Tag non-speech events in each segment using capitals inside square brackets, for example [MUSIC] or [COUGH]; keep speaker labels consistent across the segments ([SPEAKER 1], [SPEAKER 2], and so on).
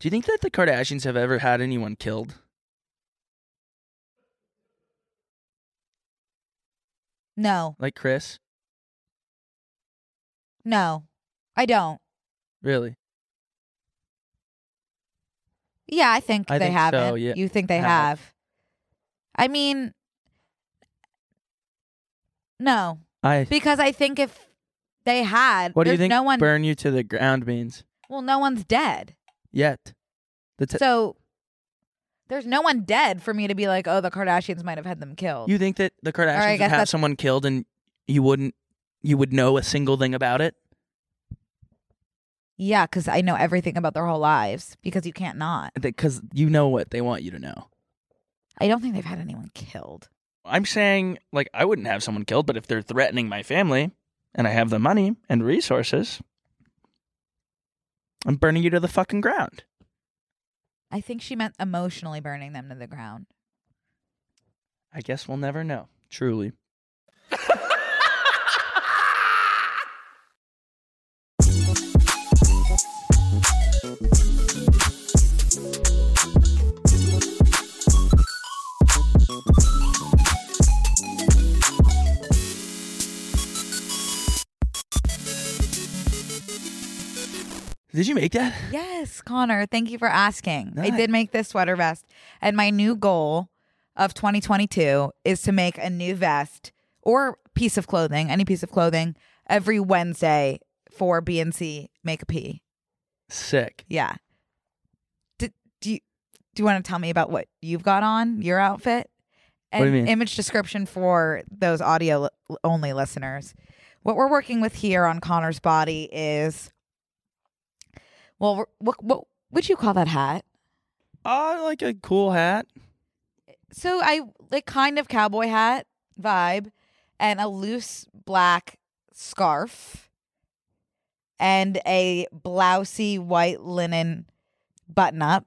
[SPEAKER 1] Do you think that the Kardashians have ever had anyone killed?
[SPEAKER 2] No,
[SPEAKER 1] Like Chris?
[SPEAKER 2] no, I don't.
[SPEAKER 1] Really?
[SPEAKER 2] Yeah, I think
[SPEAKER 1] I
[SPEAKER 2] they
[SPEAKER 1] think
[SPEAKER 2] haven't.
[SPEAKER 1] so, yeah,
[SPEAKER 2] You think they
[SPEAKER 1] have.
[SPEAKER 2] have. I mean, no,
[SPEAKER 1] I.
[SPEAKER 2] because I think if they had,
[SPEAKER 1] What do you
[SPEAKER 2] there's
[SPEAKER 1] think
[SPEAKER 2] no one.
[SPEAKER 1] burn you to the ground means?
[SPEAKER 2] well, no one's dead,
[SPEAKER 1] Yet. The te-
[SPEAKER 2] so there's no one dead for me to be like, oh, the Kardashians might have had them killed.
[SPEAKER 1] you think that the Kardashians
[SPEAKER 2] I
[SPEAKER 1] would
[SPEAKER 2] guess
[SPEAKER 1] have
[SPEAKER 2] that's-
[SPEAKER 1] someone killed and you wouldn't, you would know a single thing about it?
[SPEAKER 2] yeah, because I know everything about their whole lives because you can't not.
[SPEAKER 1] Because you know what they want you to know.
[SPEAKER 2] I don't think they've had anyone killed.
[SPEAKER 1] I'm saying, like, I wouldn't have someone killed, but if they're threatening my family and I have the money and resources, I'm burning you to the fucking ground.
[SPEAKER 2] I think she meant emotionally burning them to the ground.
[SPEAKER 1] I guess we'll never know. Truly. [LAUGHS] Did you make that?
[SPEAKER 2] Yes, Connor. Thank you for asking. I
[SPEAKER 1] Nice.
[SPEAKER 2] did make this sweater vest, and my new goal of 2022 is to make a new vest or piece of clothing, any piece of clothing, every Wednesday for BNC Make a P.
[SPEAKER 1] Sick.
[SPEAKER 2] Yeah. Do, do you do you want to tell me about what you've got on your outfit? And
[SPEAKER 1] What do you mean?
[SPEAKER 2] image description for those audio li- only listeners. What we're working with here on Connor's body is well, we're- what what would you call that hat?
[SPEAKER 1] Oh, like a cool hat.
[SPEAKER 2] So I like kind of cowboy hat vibe and a loose black scarf and a blousey white linen button up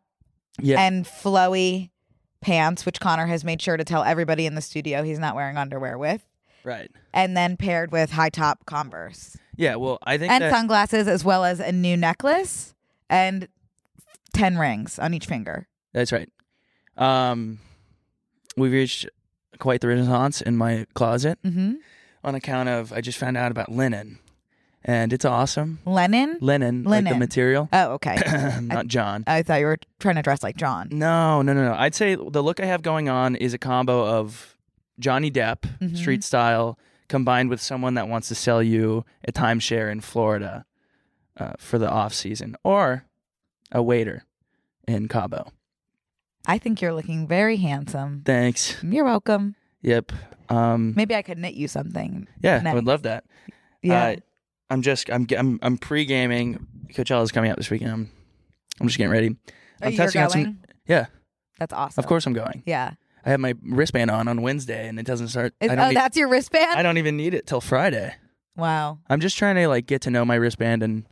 [SPEAKER 1] Yeah.
[SPEAKER 2] and flowy pants, which Connor has made sure to tell everybody in the studio he's not wearing underwear with,
[SPEAKER 1] right.
[SPEAKER 2] and then paired with high top Converse
[SPEAKER 1] Yeah, well, I think
[SPEAKER 2] and
[SPEAKER 1] that,
[SPEAKER 2] sunglasses, as well as a new necklace and 10 rings on each finger.
[SPEAKER 1] That's right. Um, we've reached quite the renaissance in my closet
[SPEAKER 2] Mm-hmm.
[SPEAKER 1] on account of I just found out about linen, and it's awesome.
[SPEAKER 2] Lennon.
[SPEAKER 1] Linen, like the
[SPEAKER 2] Linen.
[SPEAKER 1] material,
[SPEAKER 2] Oh,
[SPEAKER 1] [COUGHS]
[SPEAKER 2] okay.
[SPEAKER 1] [LAUGHS] not John.
[SPEAKER 2] I thought you were trying to dress like John.
[SPEAKER 1] No, no, no, no. I'd say the look I have going on is a combo of Johnny Depp
[SPEAKER 2] Mhm.
[SPEAKER 1] street style combined with someone that wants to sell you a timeshare in Florida uh, for the off season, or a waiter in Cabo.
[SPEAKER 2] I think you're looking very
[SPEAKER 1] [COUGHS]
[SPEAKER 2] handsome.
[SPEAKER 1] Thanks.
[SPEAKER 2] You're welcome.
[SPEAKER 1] Yep. Um,
[SPEAKER 2] Maybe I could knit you something.
[SPEAKER 1] Yeah, I
[SPEAKER 2] Nice.
[SPEAKER 1] would love that.
[SPEAKER 2] Yeah.
[SPEAKER 1] Uh, I'm just I'm I'm I'm pre gaming. Coachella's coming up this weekend. I'm, I'm just getting ready.
[SPEAKER 2] Are
[SPEAKER 1] I'm
[SPEAKER 2] you
[SPEAKER 1] testing
[SPEAKER 2] Oh, going?
[SPEAKER 1] out some- Yeah,
[SPEAKER 2] That's awesome.
[SPEAKER 1] of course I'm going.
[SPEAKER 2] Yeah.
[SPEAKER 1] I have my wristband on on Wednesday, and it doesn't start.
[SPEAKER 2] Is-
[SPEAKER 1] I
[SPEAKER 2] oh,
[SPEAKER 1] don't. e-
[SPEAKER 2] that's your wristband?
[SPEAKER 1] I don't even need it till Friday.
[SPEAKER 2] wow.
[SPEAKER 1] I'm just trying to like get to know my wristband and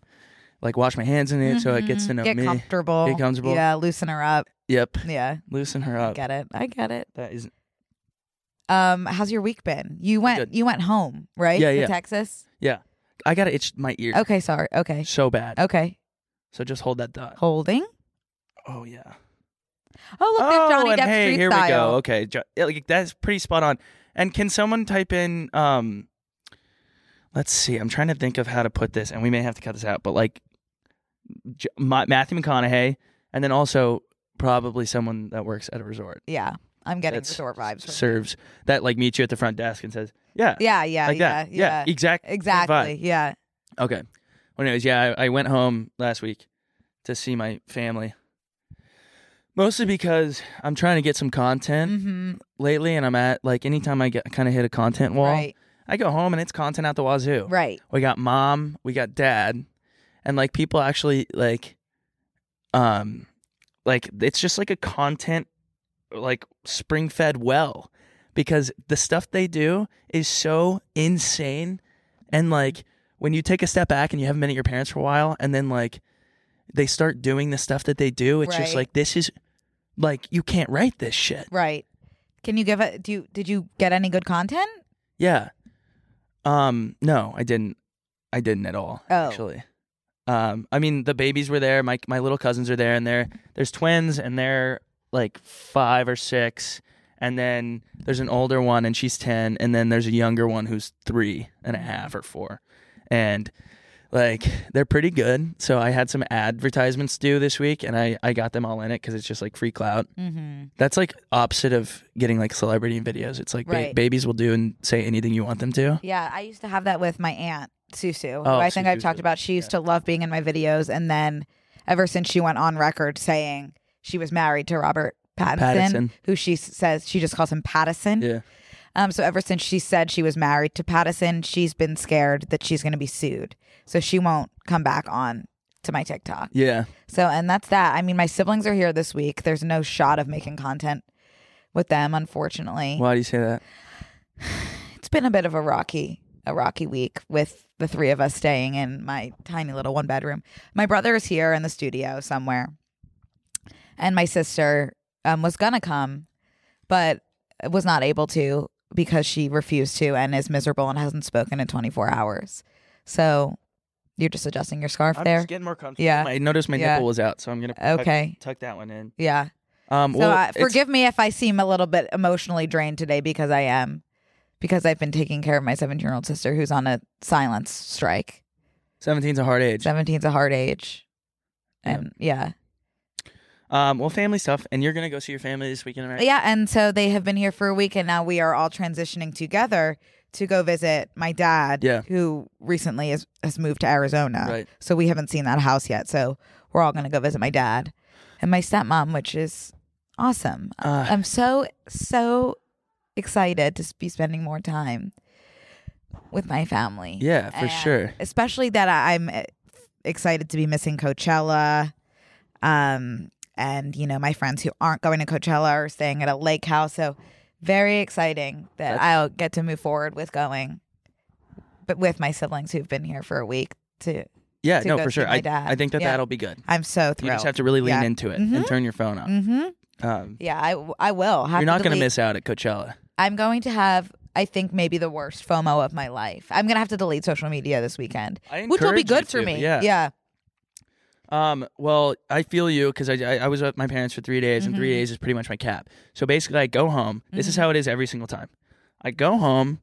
[SPEAKER 1] like wash my hands in it so it gets to know
[SPEAKER 2] Mm-hmm. Get
[SPEAKER 1] me.
[SPEAKER 2] comfortable.
[SPEAKER 1] Get comfortable. Uh,
[SPEAKER 2] Yeah, loosen her up.
[SPEAKER 1] Yep,
[SPEAKER 2] Yeah,
[SPEAKER 1] loosen her
[SPEAKER 2] I
[SPEAKER 1] up.
[SPEAKER 2] get it. I get it.
[SPEAKER 1] That is
[SPEAKER 2] Um, how's your week been? You went
[SPEAKER 1] Good.
[SPEAKER 2] you went home, right?
[SPEAKER 1] Yeah,
[SPEAKER 2] to
[SPEAKER 1] yeah.
[SPEAKER 2] Texas.
[SPEAKER 1] yeah. I gotta itch my ear
[SPEAKER 2] Okay, sorry. Okay.
[SPEAKER 1] so bad.
[SPEAKER 2] Okay.
[SPEAKER 1] So just hold that thought.
[SPEAKER 2] Holding.
[SPEAKER 1] Oh yeah.
[SPEAKER 2] Oh, look, there's Johnny
[SPEAKER 1] and
[SPEAKER 2] Depp
[SPEAKER 1] hey,
[SPEAKER 2] street
[SPEAKER 1] here we
[SPEAKER 2] style.
[SPEAKER 1] go. Okay, Jo- yeah, like, that's pretty spot on. And can someone type in? um Let's see. I'm trying to think of how to put this, and we may have to cut this out. But like J- Ma- Matthew McConaughey, and then also probably someone that works at a resort.
[SPEAKER 2] Yeah, I'm getting
[SPEAKER 1] that's-
[SPEAKER 2] resort vibes. From
[SPEAKER 1] Serves that like meets you at the front desk and says, "Yeah,
[SPEAKER 2] Yeah, yeah,
[SPEAKER 1] like
[SPEAKER 2] yeah,
[SPEAKER 1] that, E
[SPEAKER 2] yeah.
[SPEAKER 1] exact, same vibe.
[SPEAKER 2] Exactly. Yeah.
[SPEAKER 1] Okay. Well, anyways, yeah, I, I went home last week to see my family. Mostly because I'm trying to get some content
[SPEAKER 2] Mm-hmm.
[SPEAKER 1] lately, and I'm at like anytime I get kind of hit a content wall,
[SPEAKER 2] Right.
[SPEAKER 1] I go home and it's content out the wazoo.
[SPEAKER 2] Right.
[SPEAKER 1] We got mom, we got dad, and like people actually like, um, like it's just like a content like spring fed well because the stuff they do is so insane and like when you take a step back and you haven't been at your parents for a while and then like they start doing the stuff that they do it's just
[SPEAKER 2] Right.
[SPEAKER 1] like this is like you can't write this shit
[SPEAKER 2] Right. Can you give a do you did you get any good content?
[SPEAKER 1] yeah um no i didn't i didn't at all
[SPEAKER 2] Oh.
[SPEAKER 1] actually um i mean the babies were there my my little cousins are there and they're there's twins and they're like five or six and then there's an older one and she's 10 and then there's a younger one who's three and a half or four and like they're pretty good so i had some advertisements due this week and i i got them all in it because it's just like free clout
[SPEAKER 2] Mm-hmm.
[SPEAKER 1] that's like opposite of getting like celebrity videos it's like ba-
[SPEAKER 2] Right.
[SPEAKER 1] babies will do and say anything you want them to
[SPEAKER 2] Yeah, I used to have that with my aunt Susu. who
[SPEAKER 1] Oh,
[SPEAKER 2] I think I've
[SPEAKER 1] Susu's
[SPEAKER 2] talked
[SPEAKER 1] good.
[SPEAKER 2] about. She used to love being in my videos, and then ever since she went on record saying she was married to Robert Pattinson,
[SPEAKER 1] Pattinson.
[SPEAKER 2] who she s- says she just calls him Pattison.
[SPEAKER 1] yeah
[SPEAKER 2] Um, so ever since she said she was married to Pattison, she's been scared that she's going to be sued, so she won't come back on to my TikTok.
[SPEAKER 1] yeah
[SPEAKER 2] So, and that's that. I mean, my siblings are here this week. There's no shot of making content with them, unfortunately.
[SPEAKER 1] why do you say that
[SPEAKER 2] It's been a bit of a rocky, a rocky week with the three of us staying in my tiny little one bedroom. My brother is here in the studio somewhere, and my sister um, was gonna come, but was not able to because she refused to and is miserable and hasn't spoken in 24 hours. So, you're just adjusting your scarf there.
[SPEAKER 1] getting more comfortable
[SPEAKER 2] Yeah.
[SPEAKER 1] i noticed my
[SPEAKER 2] Yeah.
[SPEAKER 1] nipple was out so i'm gonna tuck-
[SPEAKER 2] Okay.
[SPEAKER 1] tuck that one in
[SPEAKER 2] Yeah.
[SPEAKER 1] um
[SPEAKER 2] So
[SPEAKER 1] well,
[SPEAKER 2] uh,
[SPEAKER 1] it's-
[SPEAKER 2] forgive me if I seem a little bit emotionally drained today because I am, because I've been taking care of my 17 year old sister who's on a silence strike.
[SPEAKER 1] 17's a hard age
[SPEAKER 2] 17's a hard age.
[SPEAKER 1] Yeah.
[SPEAKER 2] And yeah.
[SPEAKER 1] um well family stuff and you're gonna go see your family this weekend right
[SPEAKER 2] Yeah. And so they have been here for a week and now we are all transitioning together to go visit my dad,
[SPEAKER 1] Yeah.
[SPEAKER 2] who recently is, has moved to Arizona.
[SPEAKER 1] Right.
[SPEAKER 2] So we haven't seen that house yet. So we're all going to go visit my dad and my stepmom, which is awesome.
[SPEAKER 1] Uh,
[SPEAKER 2] I'm so so excited to s- be spending more time with my family.
[SPEAKER 1] yeah for
[SPEAKER 2] And
[SPEAKER 1] sure
[SPEAKER 2] Especially that I- I'm eh, excited to be missing Coachella. Um and you know, my friends who aren't going to Coachella are staying at a lake house, so very exciting that
[SPEAKER 1] That's-
[SPEAKER 2] I'll get to move forward with going but with my siblings who've been here for a week too.
[SPEAKER 1] yeah
[SPEAKER 2] to
[SPEAKER 1] no
[SPEAKER 2] go
[SPEAKER 1] for
[SPEAKER 2] see
[SPEAKER 1] sure
[SPEAKER 2] my
[SPEAKER 1] i
[SPEAKER 2] dad.
[SPEAKER 1] i think that
[SPEAKER 2] Yeah.
[SPEAKER 1] that'll be good
[SPEAKER 2] I'm so thrilled.
[SPEAKER 1] you just have to really lean
[SPEAKER 2] Yeah.
[SPEAKER 1] into it and
[SPEAKER 2] Mhm.
[SPEAKER 1] turn your phone on
[SPEAKER 2] Mhm.
[SPEAKER 1] um
[SPEAKER 2] Yeah, I w- I will. Have
[SPEAKER 1] you're not
[SPEAKER 2] to
[SPEAKER 1] gonna
[SPEAKER 2] delete-
[SPEAKER 1] miss out at coachella
[SPEAKER 2] I'm going to have, I think, maybe the worst FOMO of my life. I'm going to have to delete social media this weekend,
[SPEAKER 1] I
[SPEAKER 2] which will
[SPEAKER 1] encourage
[SPEAKER 2] be
[SPEAKER 1] you
[SPEAKER 2] good for
[SPEAKER 1] to,
[SPEAKER 2] me.
[SPEAKER 1] yeah
[SPEAKER 2] Yeah.
[SPEAKER 1] Um, well, I feel you because I, I, I was with my parents for three days, and three
[SPEAKER 2] Mm-hmm.
[SPEAKER 1] days is pretty much my cap. So basically, I go home. This is how it is every single time. I go home.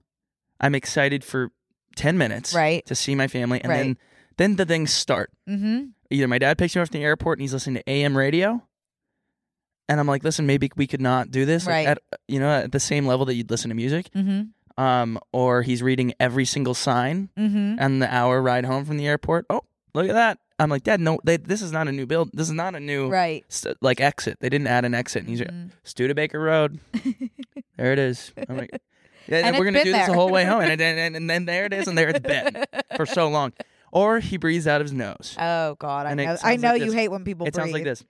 [SPEAKER 1] I'm excited for ten minutes,
[SPEAKER 2] Right.
[SPEAKER 1] to see my family, and
[SPEAKER 2] Right.
[SPEAKER 1] then then the things start.
[SPEAKER 2] Mm-hmm.
[SPEAKER 1] Either my dad picks me up from the airport, and he's listening to AM radio, and I'm like, listen, maybe we could not do this, like,
[SPEAKER 2] Right.
[SPEAKER 1] At, you know, at the same level that you'd listen to music.
[SPEAKER 2] Mm-hmm.
[SPEAKER 1] Um, or he's reading every single sign
[SPEAKER 2] Mm-hmm.
[SPEAKER 1] and the hour ride home from the airport. Oh, look at that. I'm like, Dad, no, they, this is not a new build. This is not a new
[SPEAKER 2] Right.
[SPEAKER 1] st- like exit. They didn't add an exit. And he's like,
[SPEAKER 2] Mhm.
[SPEAKER 1] Studebaker
[SPEAKER 2] [LAUGHS]
[SPEAKER 1] Road. there it is. I'm like, yeah,
[SPEAKER 2] And
[SPEAKER 1] we're going
[SPEAKER 2] it's
[SPEAKER 1] to
[SPEAKER 2] been
[SPEAKER 1] do this the
[SPEAKER 2] there.
[SPEAKER 1] whole way home.
[SPEAKER 2] [LAUGHS]
[SPEAKER 1] And, and, and, and then there it is. And there it's been for so long. Or he breathes out of his nose.
[SPEAKER 2] Oh God, I
[SPEAKER 1] And it
[SPEAKER 2] know. I
[SPEAKER 1] sounds
[SPEAKER 2] know
[SPEAKER 1] like
[SPEAKER 2] you
[SPEAKER 1] this.
[SPEAKER 2] hate when people.
[SPEAKER 1] it
[SPEAKER 2] breathe.
[SPEAKER 1] sounds like this.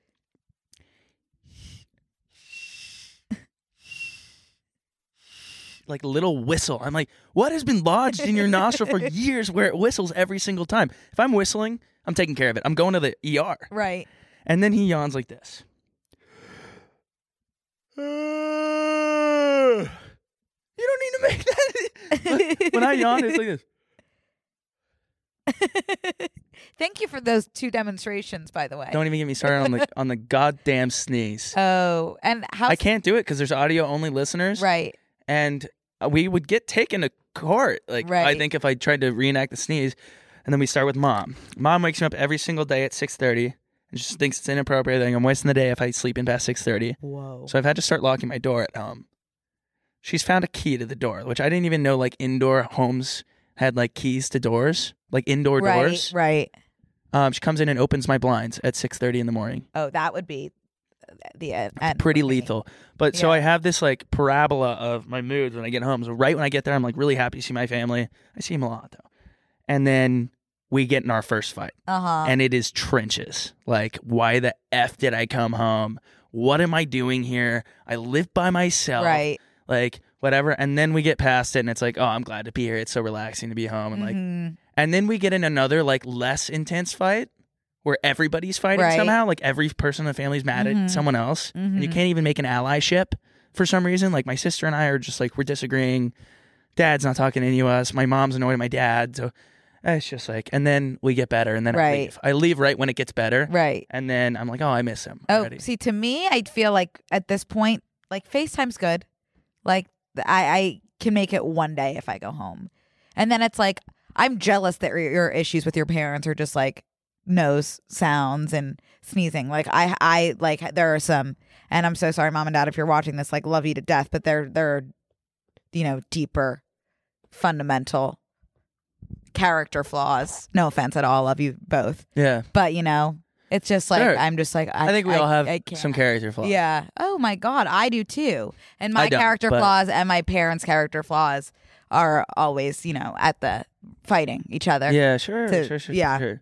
[SPEAKER 1] Like little whistle. I'm like, what has been lodged in your nostril for years where it whistles every single time? If I'm whistling, I'm taking care of it. I'm going to the ER.
[SPEAKER 2] Right.
[SPEAKER 1] And then he yawns like this. You don't need to make
[SPEAKER 2] [LAUGHS]
[SPEAKER 1] that. [LAUGHS] when I yawn, it's like this.
[SPEAKER 2] [LAUGHS] Thank you for those two demonstrations, by the way.
[SPEAKER 1] Don't even get me started on the on the goddamn sneeze.
[SPEAKER 2] oh, and how?
[SPEAKER 1] I can't do it because there's audio only listeners,
[SPEAKER 2] Right.
[SPEAKER 1] and uh, we would get taken to court. Like I
[SPEAKER 2] Right.
[SPEAKER 1] think if I tried to reenact the sneeze, and then we start with mom. Mom wakes me up every single day at six thirty and just thinks it's inappropriate. Like I'm wasting the day if I sleep in past six thirty.
[SPEAKER 2] Whoa.
[SPEAKER 1] So I've had to start locking my door at home. She's found a key to the door, which I didn't even know like indoor homes had like keys to doors, like indoor
[SPEAKER 2] right.
[SPEAKER 1] doors.
[SPEAKER 2] Right.
[SPEAKER 1] Um, she comes in and opens my blinds at 6:30 in the morning.
[SPEAKER 2] Oh, that would be the end. end
[SPEAKER 1] Pretty
[SPEAKER 2] for me.
[SPEAKER 1] lethal. But so
[SPEAKER 2] Yeah.
[SPEAKER 1] I have this like parabola of my moods when I get home. So right when I get there, I'm like really happy to see my family. I see him a lot though. And then we get in our first fight.
[SPEAKER 2] Uh huh.
[SPEAKER 1] and it is trenches. Like, why the F did I come home? What am I doing here? I live by myself.
[SPEAKER 2] right.
[SPEAKER 1] Like, whatever. And then we get past it and it's like, oh, I'm glad to be here. It's so relaxing to be home. And like,
[SPEAKER 2] Mhm.
[SPEAKER 1] and then we get in another, like, less intense fight where everybody's fighting
[SPEAKER 2] Right.
[SPEAKER 1] somehow. Like, every person in the family's mad
[SPEAKER 2] Mhm.
[SPEAKER 1] at someone else. And you
[SPEAKER 2] Mhm.
[SPEAKER 1] can't even make an allyship for some reason. Like, my sister and I are just like, we're disagreeing. Dad's not talking to any of us. My mom's annoyed at my dad. So, eh, it's just like, and then we get better, and then I
[SPEAKER 2] Right.
[SPEAKER 1] leave. I leave right when it gets better,
[SPEAKER 2] right.
[SPEAKER 1] and then I'm like, oh, I miss him.
[SPEAKER 2] Oh,
[SPEAKER 1] already.
[SPEAKER 2] see, to me, I feel like at this point, like FaceTime's good. Like th- I, I can make it one day if I go home, and then it's like I'm jealous that your, your issues with your parents are just like nose sounds and sneezing. Like I, I like there are some, and I'm so sorry, mom and dad, if you're watching this. Like love you to death, but they're they're, you know, deeper, fundamental character flaws. No offense at all. Love you both,
[SPEAKER 1] yeah.
[SPEAKER 2] but you know. It's just like
[SPEAKER 1] Sure.
[SPEAKER 2] I'm just like I,
[SPEAKER 1] I, think we all have
[SPEAKER 2] I can't.
[SPEAKER 1] some character flaws.
[SPEAKER 2] Yeah. Oh my God, I do too.
[SPEAKER 1] I
[SPEAKER 2] And my
[SPEAKER 1] don't,
[SPEAKER 2] character
[SPEAKER 1] but-
[SPEAKER 2] flaws and my parents' character flaws are always, you know, at the fighting each other.
[SPEAKER 1] yeah, sure,
[SPEAKER 2] to-
[SPEAKER 1] sure, sure,
[SPEAKER 2] yeah.
[SPEAKER 1] sure.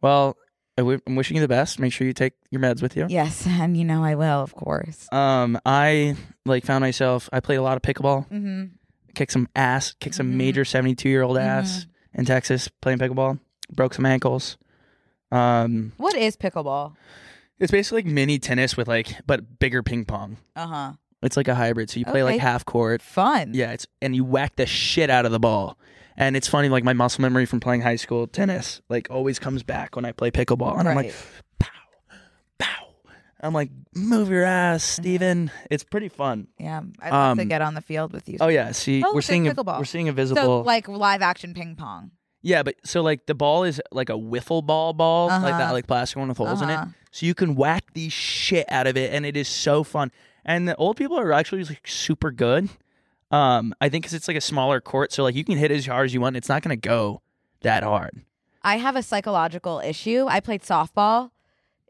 [SPEAKER 1] Well, I w- I'm wishing you the best. Make sure you take your meds with you.
[SPEAKER 2] Yes, and you know I will, of course.
[SPEAKER 1] Um, I like found myself. I played a lot of pickleball.
[SPEAKER 2] Mm-hmm.
[SPEAKER 1] Kicked some ass. Kicked some
[SPEAKER 2] Mhm.
[SPEAKER 1] major 72 year
[SPEAKER 2] Mm-hmm.
[SPEAKER 1] old ass in Texas playing pickleball. Broke some ankles. Um,
[SPEAKER 2] What is pickleball?
[SPEAKER 1] it's basically like mini tennis with like, but bigger ping pong.
[SPEAKER 2] Uh huh.
[SPEAKER 1] It's like a hybrid. So you play like
[SPEAKER 2] Okay.
[SPEAKER 1] half court.
[SPEAKER 2] Fun.
[SPEAKER 1] Yeah, it's and you whack the shit out of the ball. And it's funny, like my muscle memory from playing high school tennis, like always comes back when I play pickleball. And I'm like,
[SPEAKER 2] Right.
[SPEAKER 1] pow, pow. I'm like, move your ass,
[SPEAKER 2] Mm-hmm.
[SPEAKER 1] Steven. It's pretty fun.
[SPEAKER 2] Yeah. I'd love to
[SPEAKER 1] Um,
[SPEAKER 2] get on the field with you.
[SPEAKER 1] Oh yeah, see,
[SPEAKER 2] Oh,
[SPEAKER 1] we're
[SPEAKER 2] so
[SPEAKER 1] seeing a,
[SPEAKER 2] pickleball.
[SPEAKER 1] we're seeing a
[SPEAKER 2] so
[SPEAKER 1] visible.
[SPEAKER 2] like live action ping pong.
[SPEAKER 1] yeah, but so like the ball is like a wiffle ball ball, like
[SPEAKER 2] Uh-huh.
[SPEAKER 1] that like plastic one with holes in
[SPEAKER 2] Uh-huh.
[SPEAKER 1] it. So you can whack the shit out of it, and it is so fun. And the old people are actually like super good. Um, I think because it's like a smaller court, so like you can hit as hard as you want. and It's not gonna go that hard.
[SPEAKER 2] I have a psychological issue. I played softball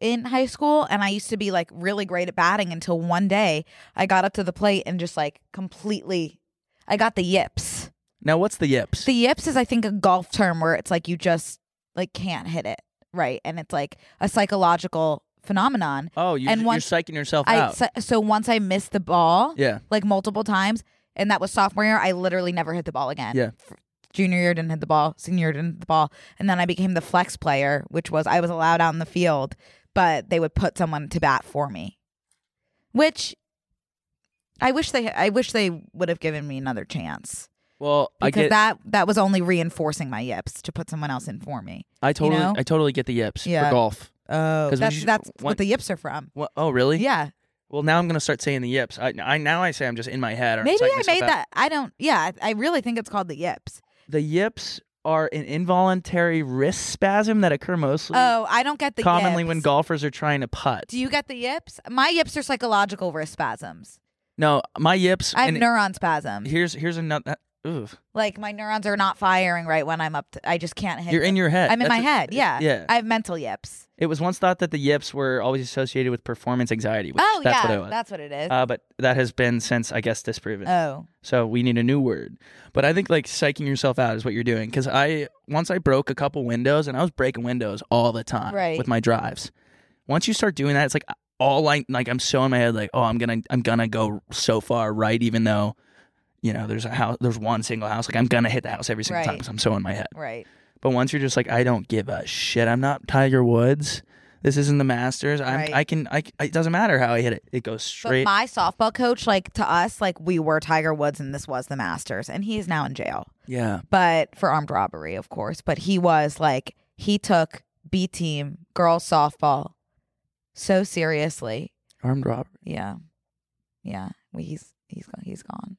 [SPEAKER 2] in high school and I used to be like really great at batting until one day I got up to the plate and just like completely I got the yips.
[SPEAKER 1] Now, what's the yips?
[SPEAKER 2] The yips is I think a golf term where it's like you just like can't hit it, right? And it's like a psychological phenomenon.
[SPEAKER 1] oh, you,
[SPEAKER 2] and
[SPEAKER 1] you're
[SPEAKER 2] once-
[SPEAKER 1] psyching yourself
[SPEAKER 2] I
[SPEAKER 1] out.
[SPEAKER 2] so, so once I missed the ball
[SPEAKER 1] yeah,
[SPEAKER 2] like multiple times and that was sophomore year, I literally never hit the ball again.
[SPEAKER 1] yeah.
[SPEAKER 2] junior year didn't hit the ball, senior year didn't hit the ball, and then I became the flex player, which was I was allowed out in the field, but they would put someone to bat for me. Which I wish they I wish they would have given me another chance
[SPEAKER 1] Well, I
[SPEAKER 2] because
[SPEAKER 1] get.
[SPEAKER 2] that that was only reinforcing my yips to put someone else in for me.
[SPEAKER 1] I totally,
[SPEAKER 2] know?
[SPEAKER 1] I totally get the yips
[SPEAKER 2] Yeah.
[SPEAKER 1] for golf.
[SPEAKER 2] Oh,
[SPEAKER 1] 'Cause we
[SPEAKER 2] that's
[SPEAKER 1] should-
[SPEAKER 2] that's
[SPEAKER 1] one-
[SPEAKER 2] what the yips are from.
[SPEAKER 1] What, oh, really?
[SPEAKER 2] Yeah,
[SPEAKER 1] Well, now I'm gonna start saying the yips. I, I now I say I'm just in my head. Or I'm
[SPEAKER 2] maybe
[SPEAKER 1] psyching
[SPEAKER 2] I
[SPEAKER 1] myself
[SPEAKER 2] made
[SPEAKER 1] out.
[SPEAKER 2] that. I don't. Yeah, I I really think it's called the yips.
[SPEAKER 1] The yips are an involuntary wrist spasm that occur mostly
[SPEAKER 2] Oh, I don't get the
[SPEAKER 1] commonly when
[SPEAKER 2] yips.
[SPEAKER 1] golfers are trying to putt.
[SPEAKER 2] Do you get the yips? My yips are psychological wrist spasms.
[SPEAKER 1] no, my yips.
[SPEAKER 2] I have
[SPEAKER 1] and
[SPEAKER 2] neuron spasms.
[SPEAKER 1] here's here's another. Ooh,
[SPEAKER 2] Like my neurons are not firing right when I'm up. To, I just can't hit.
[SPEAKER 1] you're in your head.
[SPEAKER 2] I'm in my
[SPEAKER 1] That's a-
[SPEAKER 2] head. Yeah.
[SPEAKER 1] yeah.
[SPEAKER 2] I have mental yips.
[SPEAKER 1] it was once thought that the yips were always associated with performance anxiety. Which
[SPEAKER 2] Oh
[SPEAKER 1] that's
[SPEAKER 2] yeah,
[SPEAKER 1] what it was.
[SPEAKER 2] that's what it is.
[SPEAKER 1] uh, but that has been since I guess disproven.
[SPEAKER 2] oh,
[SPEAKER 1] So we need a new word. But I think like psyching yourself out is what you're doing. Because I once I broke a couple windows, and I was breaking windows all the time
[SPEAKER 2] Right.
[SPEAKER 1] with my drives. Once you start doing that, it's like all I like. I'm so in my head, like, oh, I'm gonna I'm gonna go so far right, even though you know there's a house, there's one single house. Like I'm gonna hit the house every single time
[SPEAKER 2] Right.
[SPEAKER 1] because I'm so in my head.
[SPEAKER 2] right.
[SPEAKER 1] But once you're just like, I don't give a shit. I'm not Tiger Woods. This isn't the Masters. I'm,
[SPEAKER 2] Right.
[SPEAKER 1] I can. I. It doesn't matter how I hit it. It goes straight.
[SPEAKER 2] But my softball coach, like to us, like we were Tiger Woods and this was the Masters, and he is now in jail,
[SPEAKER 1] yeah.
[SPEAKER 2] but for armed robbery, of course. But he was like he took B team girls softball so seriously.
[SPEAKER 1] Armed robbery.
[SPEAKER 2] Yeah, yeah. We, he's he's gone. He's gone.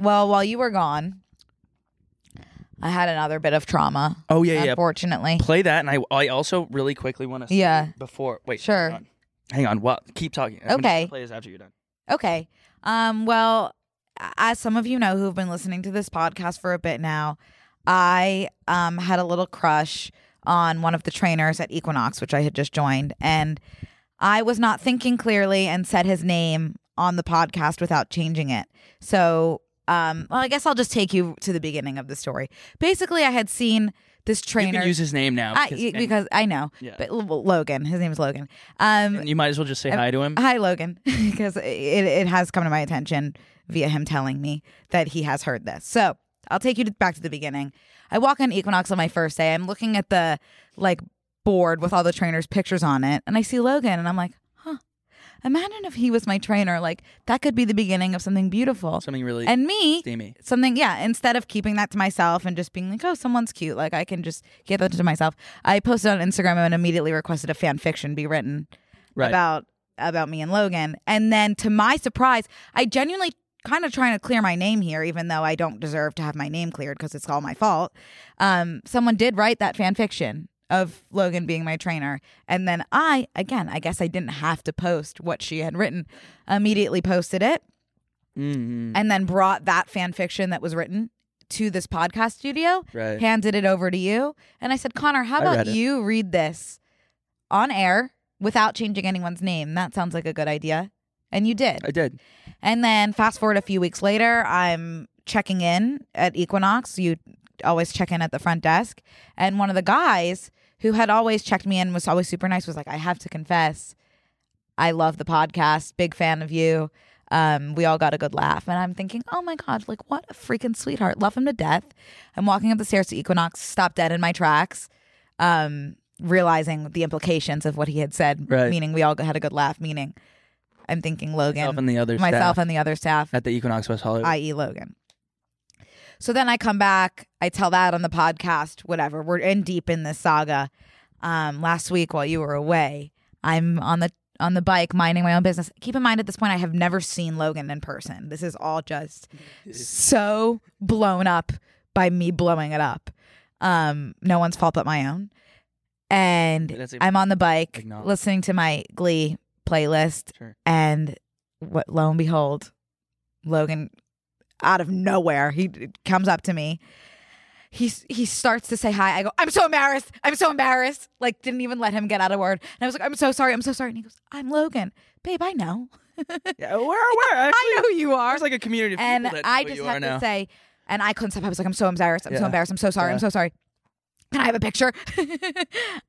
[SPEAKER 2] well, while you were gone, I had another bit of trauma.
[SPEAKER 1] oh yeah, yeah.
[SPEAKER 2] Unfortunately,
[SPEAKER 1] Play that, and I I also really quickly want to.
[SPEAKER 2] Yeah.
[SPEAKER 1] Before wait.
[SPEAKER 2] Sure.
[SPEAKER 1] Hang on. Hang on what? Keep talking. I'm just gonna
[SPEAKER 2] Okay.
[SPEAKER 1] Play this after you're done.
[SPEAKER 2] Okay. Um, well, as some of you know who've been listening to this podcast for a bit now, I um, had a little crush on one of the trainers at Equinox, which I had just joined. And I was not thinking clearly and said his name on the podcast without changing it. So, um, well, I guess I'll just take you to the beginning of the story. Basically, I had seen this
[SPEAKER 1] You
[SPEAKER 2] trainer.
[SPEAKER 1] can use his name now
[SPEAKER 2] I-
[SPEAKER 1] because,
[SPEAKER 2] y-
[SPEAKER 1] and-
[SPEAKER 2] because I know,
[SPEAKER 1] Yeah.
[SPEAKER 2] but L- Logan, his name is Logan. Um,
[SPEAKER 1] and you might as well just say hi to him.
[SPEAKER 2] Hi, Logan. [LAUGHS] Because it, it has come to my attention via him telling me that he has heard this. So I'll take you to, back to the beginning. I walk on Equinox on my first day. I'm looking at the like board with all the trainers' pictures on it, and I see Logan, and I'm like, huh. Imagine if he was my trainer. Like that could be the beginning of something beautiful.
[SPEAKER 1] Something really
[SPEAKER 2] and me,
[SPEAKER 1] steamy.
[SPEAKER 2] something yeah instead of keeping that to myself and just being like oh someone's cute like i can just get that to myself i posted on instagram and immediately requested a fan fiction be written
[SPEAKER 1] Right.
[SPEAKER 2] about about me and logan and then to my surprise i genuinely kind of trying to clear my name here even though i don't deserve to have my name cleared because it's all my fault um, someone did write that fan fiction of logan being my trainer and then i again i guess i didn't have to post what she had written immediately posted it
[SPEAKER 1] Mhm.
[SPEAKER 2] and then brought that fan fiction that was written to this podcast studio,
[SPEAKER 1] Right.
[SPEAKER 2] handed it over to you, and I said, Connor, how
[SPEAKER 1] I
[SPEAKER 2] about
[SPEAKER 1] read it.
[SPEAKER 2] you read this on air without changing anyone's name? That sounds like a good idea. And you did.
[SPEAKER 1] I did.
[SPEAKER 2] And then fast forward a few weeks later, I'm checking in at Equinox. You always check in at the front desk. And one of the guys who had always checked me in was always super nice was like, I have to confess, I love the podcast, big fan of you. Um, we all got a good laugh. And I'm thinking, oh my God, like what a freaking sweetheart. Love him to death. I'm walking up the stairs to Equinox, stopped dead in my tracks, um, realizing the implications of what he had said,
[SPEAKER 1] Right.
[SPEAKER 2] meaning we all had a good laugh, meaning I'm thinking Logan
[SPEAKER 1] Myself and the other
[SPEAKER 2] myself
[SPEAKER 1] staff Uh,
[SPEAKER 2] and the other staff,
[SPEAKER 1] at the Equinox West Hollywood. [LAUGHS]
[SPEAKER 2] i.e., Logan. So then I come back, I tell that on the podcast, whatever. We're in deep in this saga. Um, last week while you were away, I'm on the on the bike minding my own business. Keep in mind at this point I have never seen Logan in person. This is all just so blown up by me blowing it up. Um, no one's fault but my own. And
[SPEAKER 1] That's a-
[SPEAKER 2] I'm on the bike
[SPEAKER 1] Acknowledge.
[SPEAKER 2] listening to my Glee playlist
[SPEAKER 1] Sure.
[SPEAKER 2] and what lo and behold, Logan, out of nowhere, he d- comes up to me. He s- he starts to say hi. I go, I'm so embarrassed. I'm so embarrassed. Like didn't even let him get out a word. And I was like, I'm so sorry. I'm so sorry. And he goes, I'm Logan, babe. I know. [LAUGHS]
[SPEAKER 1] Yeah, we're aware. Actually,
[SPEAKER 2] I know who you are.
[SPEAKER 1] There's like a community of
[SPEAKER 2] and
[SPEAKER 1] people that know
[SPEAKER 2] I
[SPEAKER 1] who
[SPEAKER 2] just
[SPEAKER 1] you
[SPEAKER 2] have
[SPEAKER 1] are
[SPEAKER 2] to
[SPEAKER 1] now.
[SPEAKER 2] say, and I couldn't stop. I was like, I'm so embarrassed. I'm so
[SPEAKER 1] Yeah.
[SPEAKER 2] embarrassed. I'm so sorry.
[SPEAKER 1] Yeah.
[SPEAKER 2] I'm so sorry. Can I have a picture? [LAUGHS]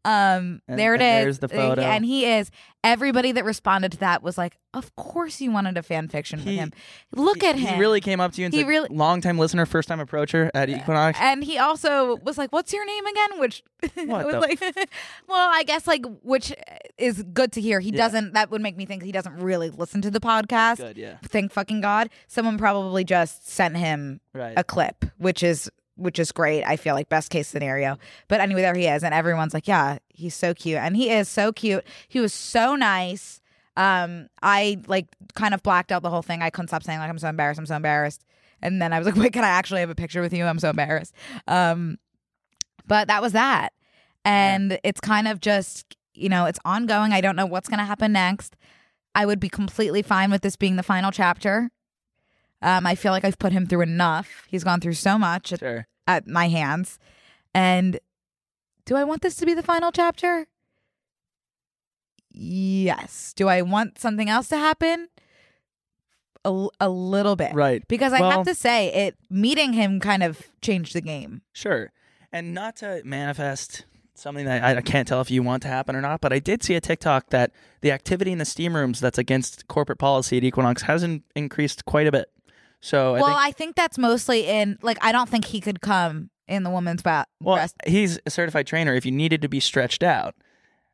[SPEAKER 2] um,
[SPEAKER 1] And-
[SPEAKER 2] there it is.
[SPEAKER 1] and there's the
[SPEAKER 2] Uh,
[SPEAKER 1] photo.
[SPEAKER 2] And he is. Everybody that responded to that was like, "Of course you wanted a fan fiction with
[SPEAKER 1] He-
[SPEAKER 2] him. Look
[SPEAKER 1] he,
[SPEAKER 2] at him."
[SPEAKER 1] He really came up to you and
[SPEAKER 2] He
[SPEAKER 1] said,
[SPEAKER 2] really-
[SPEAKER 1] long time listener, first time approacher at Equinox.
[SPEAKER 2] and he also was like, "What's your name again?" Which [LAUGHS]
[SPEAKER 1] What
[SPEAKER 2] was
[SPEAKER 1] the-
[SPEAKER 2] like, [LAUGHS] well, I guess like which is good to hear. He doesn't. That would make me think he doesn't really listen to the podcast.
[SPEAKER 1] Good, yeah.
[SPEAKER 2] Thank fucking God. Someone probably just sent him
[SPEAKER 1] Right.
[SPEAKER 2] a clip, which is which is great. I feel like best case scenario. But anyway, there he is, and everyone's like, "Yeah, he's so cute," and he is so cute. He was so nice. Um, I like kind of blacked out the whole thing. I couldn't stop saying like, "I'm so embarrassed. I'm so embarrassed," and then I was like, [LAUGHS] "Wait, can I actually have a picture with you? I'm so embarrassed." Um, but that was that, and it's kind of just you know it's ongoing. I don't know what's gonna happen next. I would be completely fine with this being the final chapter. Um, I feel like I've put him through enough. He's gone through so much at,
[SPEAKER 1] Sure.
[SPEAKER 2] at my hands. And do I want this to be the final chapter? Yes. Do I want something else to happen? A, l- a little bit.
[SPEAKER 1] Right.
[SPEAKER 2] Because I
[SPEAKER 1] Well-
[SPEAKER 2] have to say, it meeting him kind of changed the game.
[SPEAKER 1] Sure. And not to manifest something that I, I can't tell if you want to happen or not, but I did see a TikTok that the activity in the steam rooms that's against corporate policy at Equinox has in, increased quite a bit. So
[SPEAKER 2] well,
[SPEAKER 1] I think,
[SPEAKER 2] I think that's mostly in like I don't think he could come in the woman's ba-
[SPEAKER 1] well,
[SPEAKER 2] breast.
[SPEAKER 1] he's a certified trainer. If you needed to be stretched out,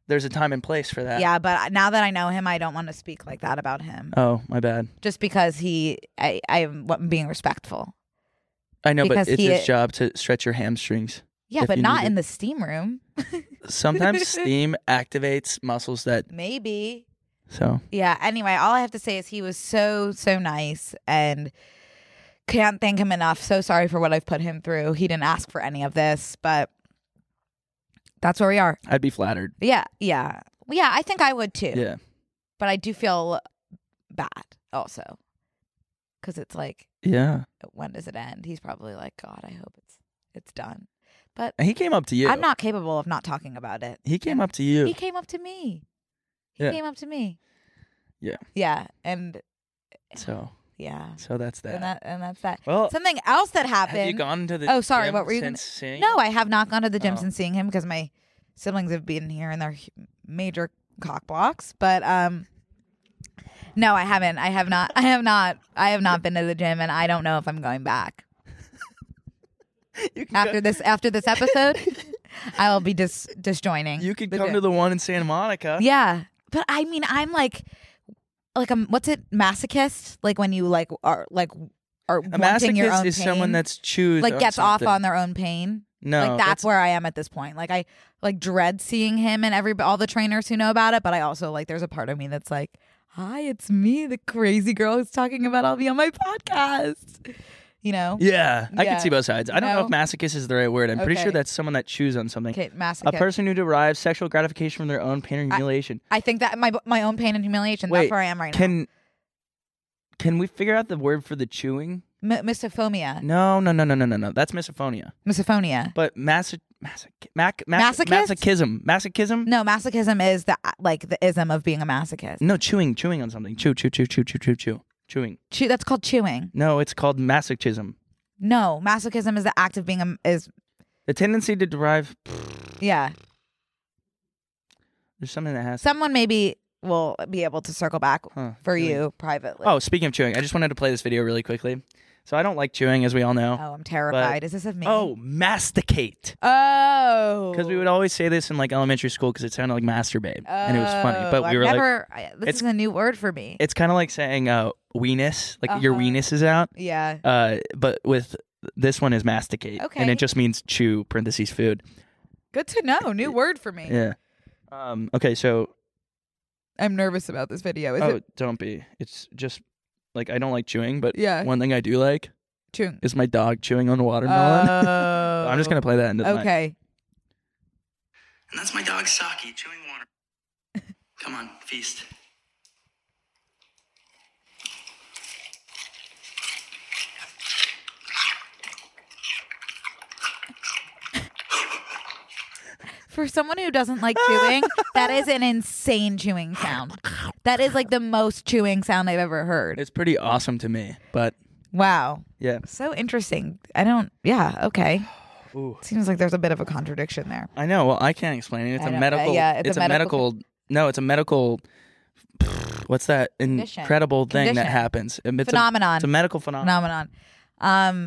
[SPEAKER 1] there's a time and place for that.
[SPEAKER 2] Yeah, but now that I know him, I don't want to speak like that about him.
[SPEAKER 1] Oh, my bad.
[SPEAKER 2] Just because he, I, I'm what- being respectful.
[SPEAKER 1] I know,
[SPEAKER 2] Because
[SPEAKER 1] but it's
[SPEAKER 2] he-
[SPEAKER 1] his job to stretch your hamstrings.
[SPEAKER 2] Yeah,
[SPEAKER 1] If
[SPEAKER 2] but
[SPEAKER 1] you
[SPEAKER 2] not
[SPEAKER 1] need
[SPEAKER 2] in
[SPEAKER 1] it.
[SPEAKER 2] the steam room. [LAUGHS]
[SPEAKER 1] Sometimes steam activates muscles that
[SPEAKER 2] Maybe.
[SPEAKER 1] so
[SPEAKER 2] Yeah. Anyway, all I have to say is he was so so nice and can't thank him enough. So sorry for what I've put him through. He didn't ask for any of this, but that's where we are.
[SPEAKER 1] I'd be flattered.
[SPEAKER 2] Yeah, yeah, yeah. I think I would too.
[SPEAKER 1] Yeah.
[SPEAKER 2] but I do feel bad also because it's like,
[SPEAKER 1] Yeah.
[SPEAKER 2] when does it end? He's probably like, God, I hope it's it's done. But
[SPEAKER 1] And he came up to you.
[SPEAKER 2] I'm not capable of not talking about it.
[SPEAKER 1] He came up to you.
[SPEAKER 2] He came up to me. He
[SPEAKER 1] Yeah.
[SPEAKER 2] came up to me.
[SPEAKER 1] Yeah.
[SPEAKER 2] Yeah, and
[SPEAKER 1] so
[SPEAKER 2] yeah,
[SPEAKER 1] so that's that.
[SPEAKER 2] and that and that's that.
[SPEAKER 1] well,
[SPEAKER 2] Something else that happened.
[SPEAKER 1] have you gone to the
[SPEAKER 2] Oh, sorry,
[SPEAKER 1] gym
[SPEAKER 2] what were you gonna-
[SPEAKER 1] since seeing
[SPEAKER 2] No, I have not gone to the gym
[SPEAKER 1] Oh.
[SPEAKER 2] since seeing him because my siblings have been here and they're hu- major cock blocks. But um, no, I haven't. I have not. I have not. I have not been to the gym, and I don't know if I'm going back
[SPEAKER 1] [LAUGHS] you can
[SPEAKER 2] after
[SPEAKER 1] go,
[SPEAKER 2] this. After this episode, I will be dis disjoining.
[SPEAKER 1] you could
[SPEAKER 2] the
[SPEAKER 1] come
[SPEAKER 2] gym.
[SPEAKER 1] to the one in Santa Monica.
[SPEAKER 2] yeah, but I mean, I'm like, like I'm. What's it? Masochist? Like when you like are like are
[SPEAKER 1] A
[SPEAKER 2] wanting your
[SPEAKER 1] masochist
[SPEAKER 2] own
[SPEAKER 1] is
[SPEAKER 2] pain?
[SPEAKER 1] someone that's chewed
[SPEAKER 2] like
[SPEAKER 1] on
[SPEAKER 2] gets
[SPEAKER 1] something.
[SPEAKER 2] off on their own pain.
[SPEAKER 1] no
[SPEAKER 2] like that's, where I am at this point. Like I like dread seeing him and every all the trainers who know about it, but I also like there's a part of me that's like, "Hi, it's me, the crazy girl who's talking about I'll be on my podcast." You know,
[SPEAKER 1] yeah, I
[SPEAKER 2] Yeah.
[SPEAKER 1] can see both sides. I don't know
[SPEAKER 2] No?
[SPEAKER 1] if masochist is the right word. I'm pretty
[SPEAKER 2] Okay.
[SPEAKER 1] sure that's someone that chews on something.
[SPEAKER 2] okay, masochist.
[SPEAKER 1] A person who derives sexual gratification from their own pain and
[SPEAKER 2] I-
[SPEAKER 1] humiliation.
[SPEAKER 2] I think that my my own pain and humiliation.
[SPEAKER 1] Wait,
[SPEAKER 2] that's where I am right
[SPEAKER 1] Can can we figure out the word for the chewing?
[SPEAKER 2] now. M- misophobia,
[SPEAKER 1] No, no, no, no, no, no, no. That's misophonia.
[SPEAKER 2] misophonia.
[SPEAKER 1] But masoch- masoch- mac- mas-
[SPEAKER 2] Masochist?
[SPEAKER 1] masochism, masochism.
[SPEAKER 2] No, masochism is the like the ism of being a masochist.
[SPEAKER 1] No, chewing, chewing on something. Chew, chew, chew, chew, chew, chew, chew, chewing.
[SPEAKER 2] Chew, that's called chewing.
[SPEAKER 1] No, it's called masochism.
[SPEAKER 2] No, masochism is the act of being a is
[SPEAKER 1] The tendency to derive.
[SPEAKER 2] yeah.
[SPEAKER 1] There's something that has.
[SPEAKER 2] Someone maybe will be able to circle back
[SPEAKER 1] Huh,
[SPEAKER 2] for
[SPEAKER 1] chewing.
[SPEAKER 2] you privately.
[SPEAKER 1] Oh, speaking of chewing, I just wanted to play this video really quickly. So I don't like chewing, as we all know.
[SPEAKER 2] Oh, I'm terrified. Is this of me?
[SPEAKER 1] Oh, masticate.
[SPEAKER 2] Oh.
[SPEAKER 1] Because we would always say this in like elementary school because it sounded like masturbate, and it was funny.
[SPEAKER 2] Oh,
[SPEAKER 1] But we
[SPEAKER 2] I've
[SPEAKER 1] were like,
[SPEAKER 2] never, I- this
[SPEAKER 1] it's-
[SPEAKER 2] is a new word for me.
[SPEAKER 1] it's kind of like saying uh, weenus, like your
[SPEAKER 2] Uh-huh.
[SPEAKER 1] weenus is out.
[SPEAKER 2] yeah.
[SPEAKER 1] Uh, but with this one is masticate, and
[SPEAKER 2] Okay.
[SPEAKER 1] it just means chew parentheses food.
[SPEAKER 2] Good to know.
[SPEAKER 1] [LAUGHS]
[SPEAKER 2] New word for me.
[SPEAKER 1] Yeah. Um. Okay. So
[SPEAKER 2] I'm nervous about this video. Is
[SPEAKER 1] oh,
[SPEAKER 2] it
[SPEAKER 1] don't be. It's just like I don't like chewing, but
[SPEAKER 2] Yeah.
[SPEAKER 1] one thing I do like
[SPEAKER 2] chewing?
[SPEAKER 1] is my dog chewing on watermelon.
[SPEAKER 2] Oh.
[SPEAKER 1] [LAUGHS] I'm just gonna play that into the mic.
[SPEAKER 2] Okay.
[SPEAKER 3] And that's my dog Saki chewing water. Come on, feast.
[SPEAKER 2] For someone who doesn't like chewing, that is an insane chewing sound. That is like the most chewing sound I've ever heard.
[SPEAKER 1] It's pretty awesome to me, but
[SPEAKER 2] Wow.
[SPEAKER 1] yeah.
[SPEAKER 2] So interesting. I don't, yeah, okay.
[SPEAKER 1] [SIGHS] Ooh.
[SPEAKER 2] Seems like there's a bit of a contradiction there.
[SPEAKER 1] I know. Well, I can't explain it. It's
[SPEAKER 2] I
[SPEAKER 1] a
[SPEAKER 2] know, uh,
[SPEAKER 1] medical.
[SPEAKER 2] yeah, it's a medical
[SPEAKER 1] medical. No, it's a medical. What's that
[SPEAKER 2] Condition.
[SPEAKER 1] incredible thing that
[SPEAKER 2] Condition.
[SPEAKER 1] happens? Um, It's A,
[SPEAKER 2] Phenomenon.
[SPEAKER 1] it's a medical phenomenon.
[SPEAKER 2] phenomenon.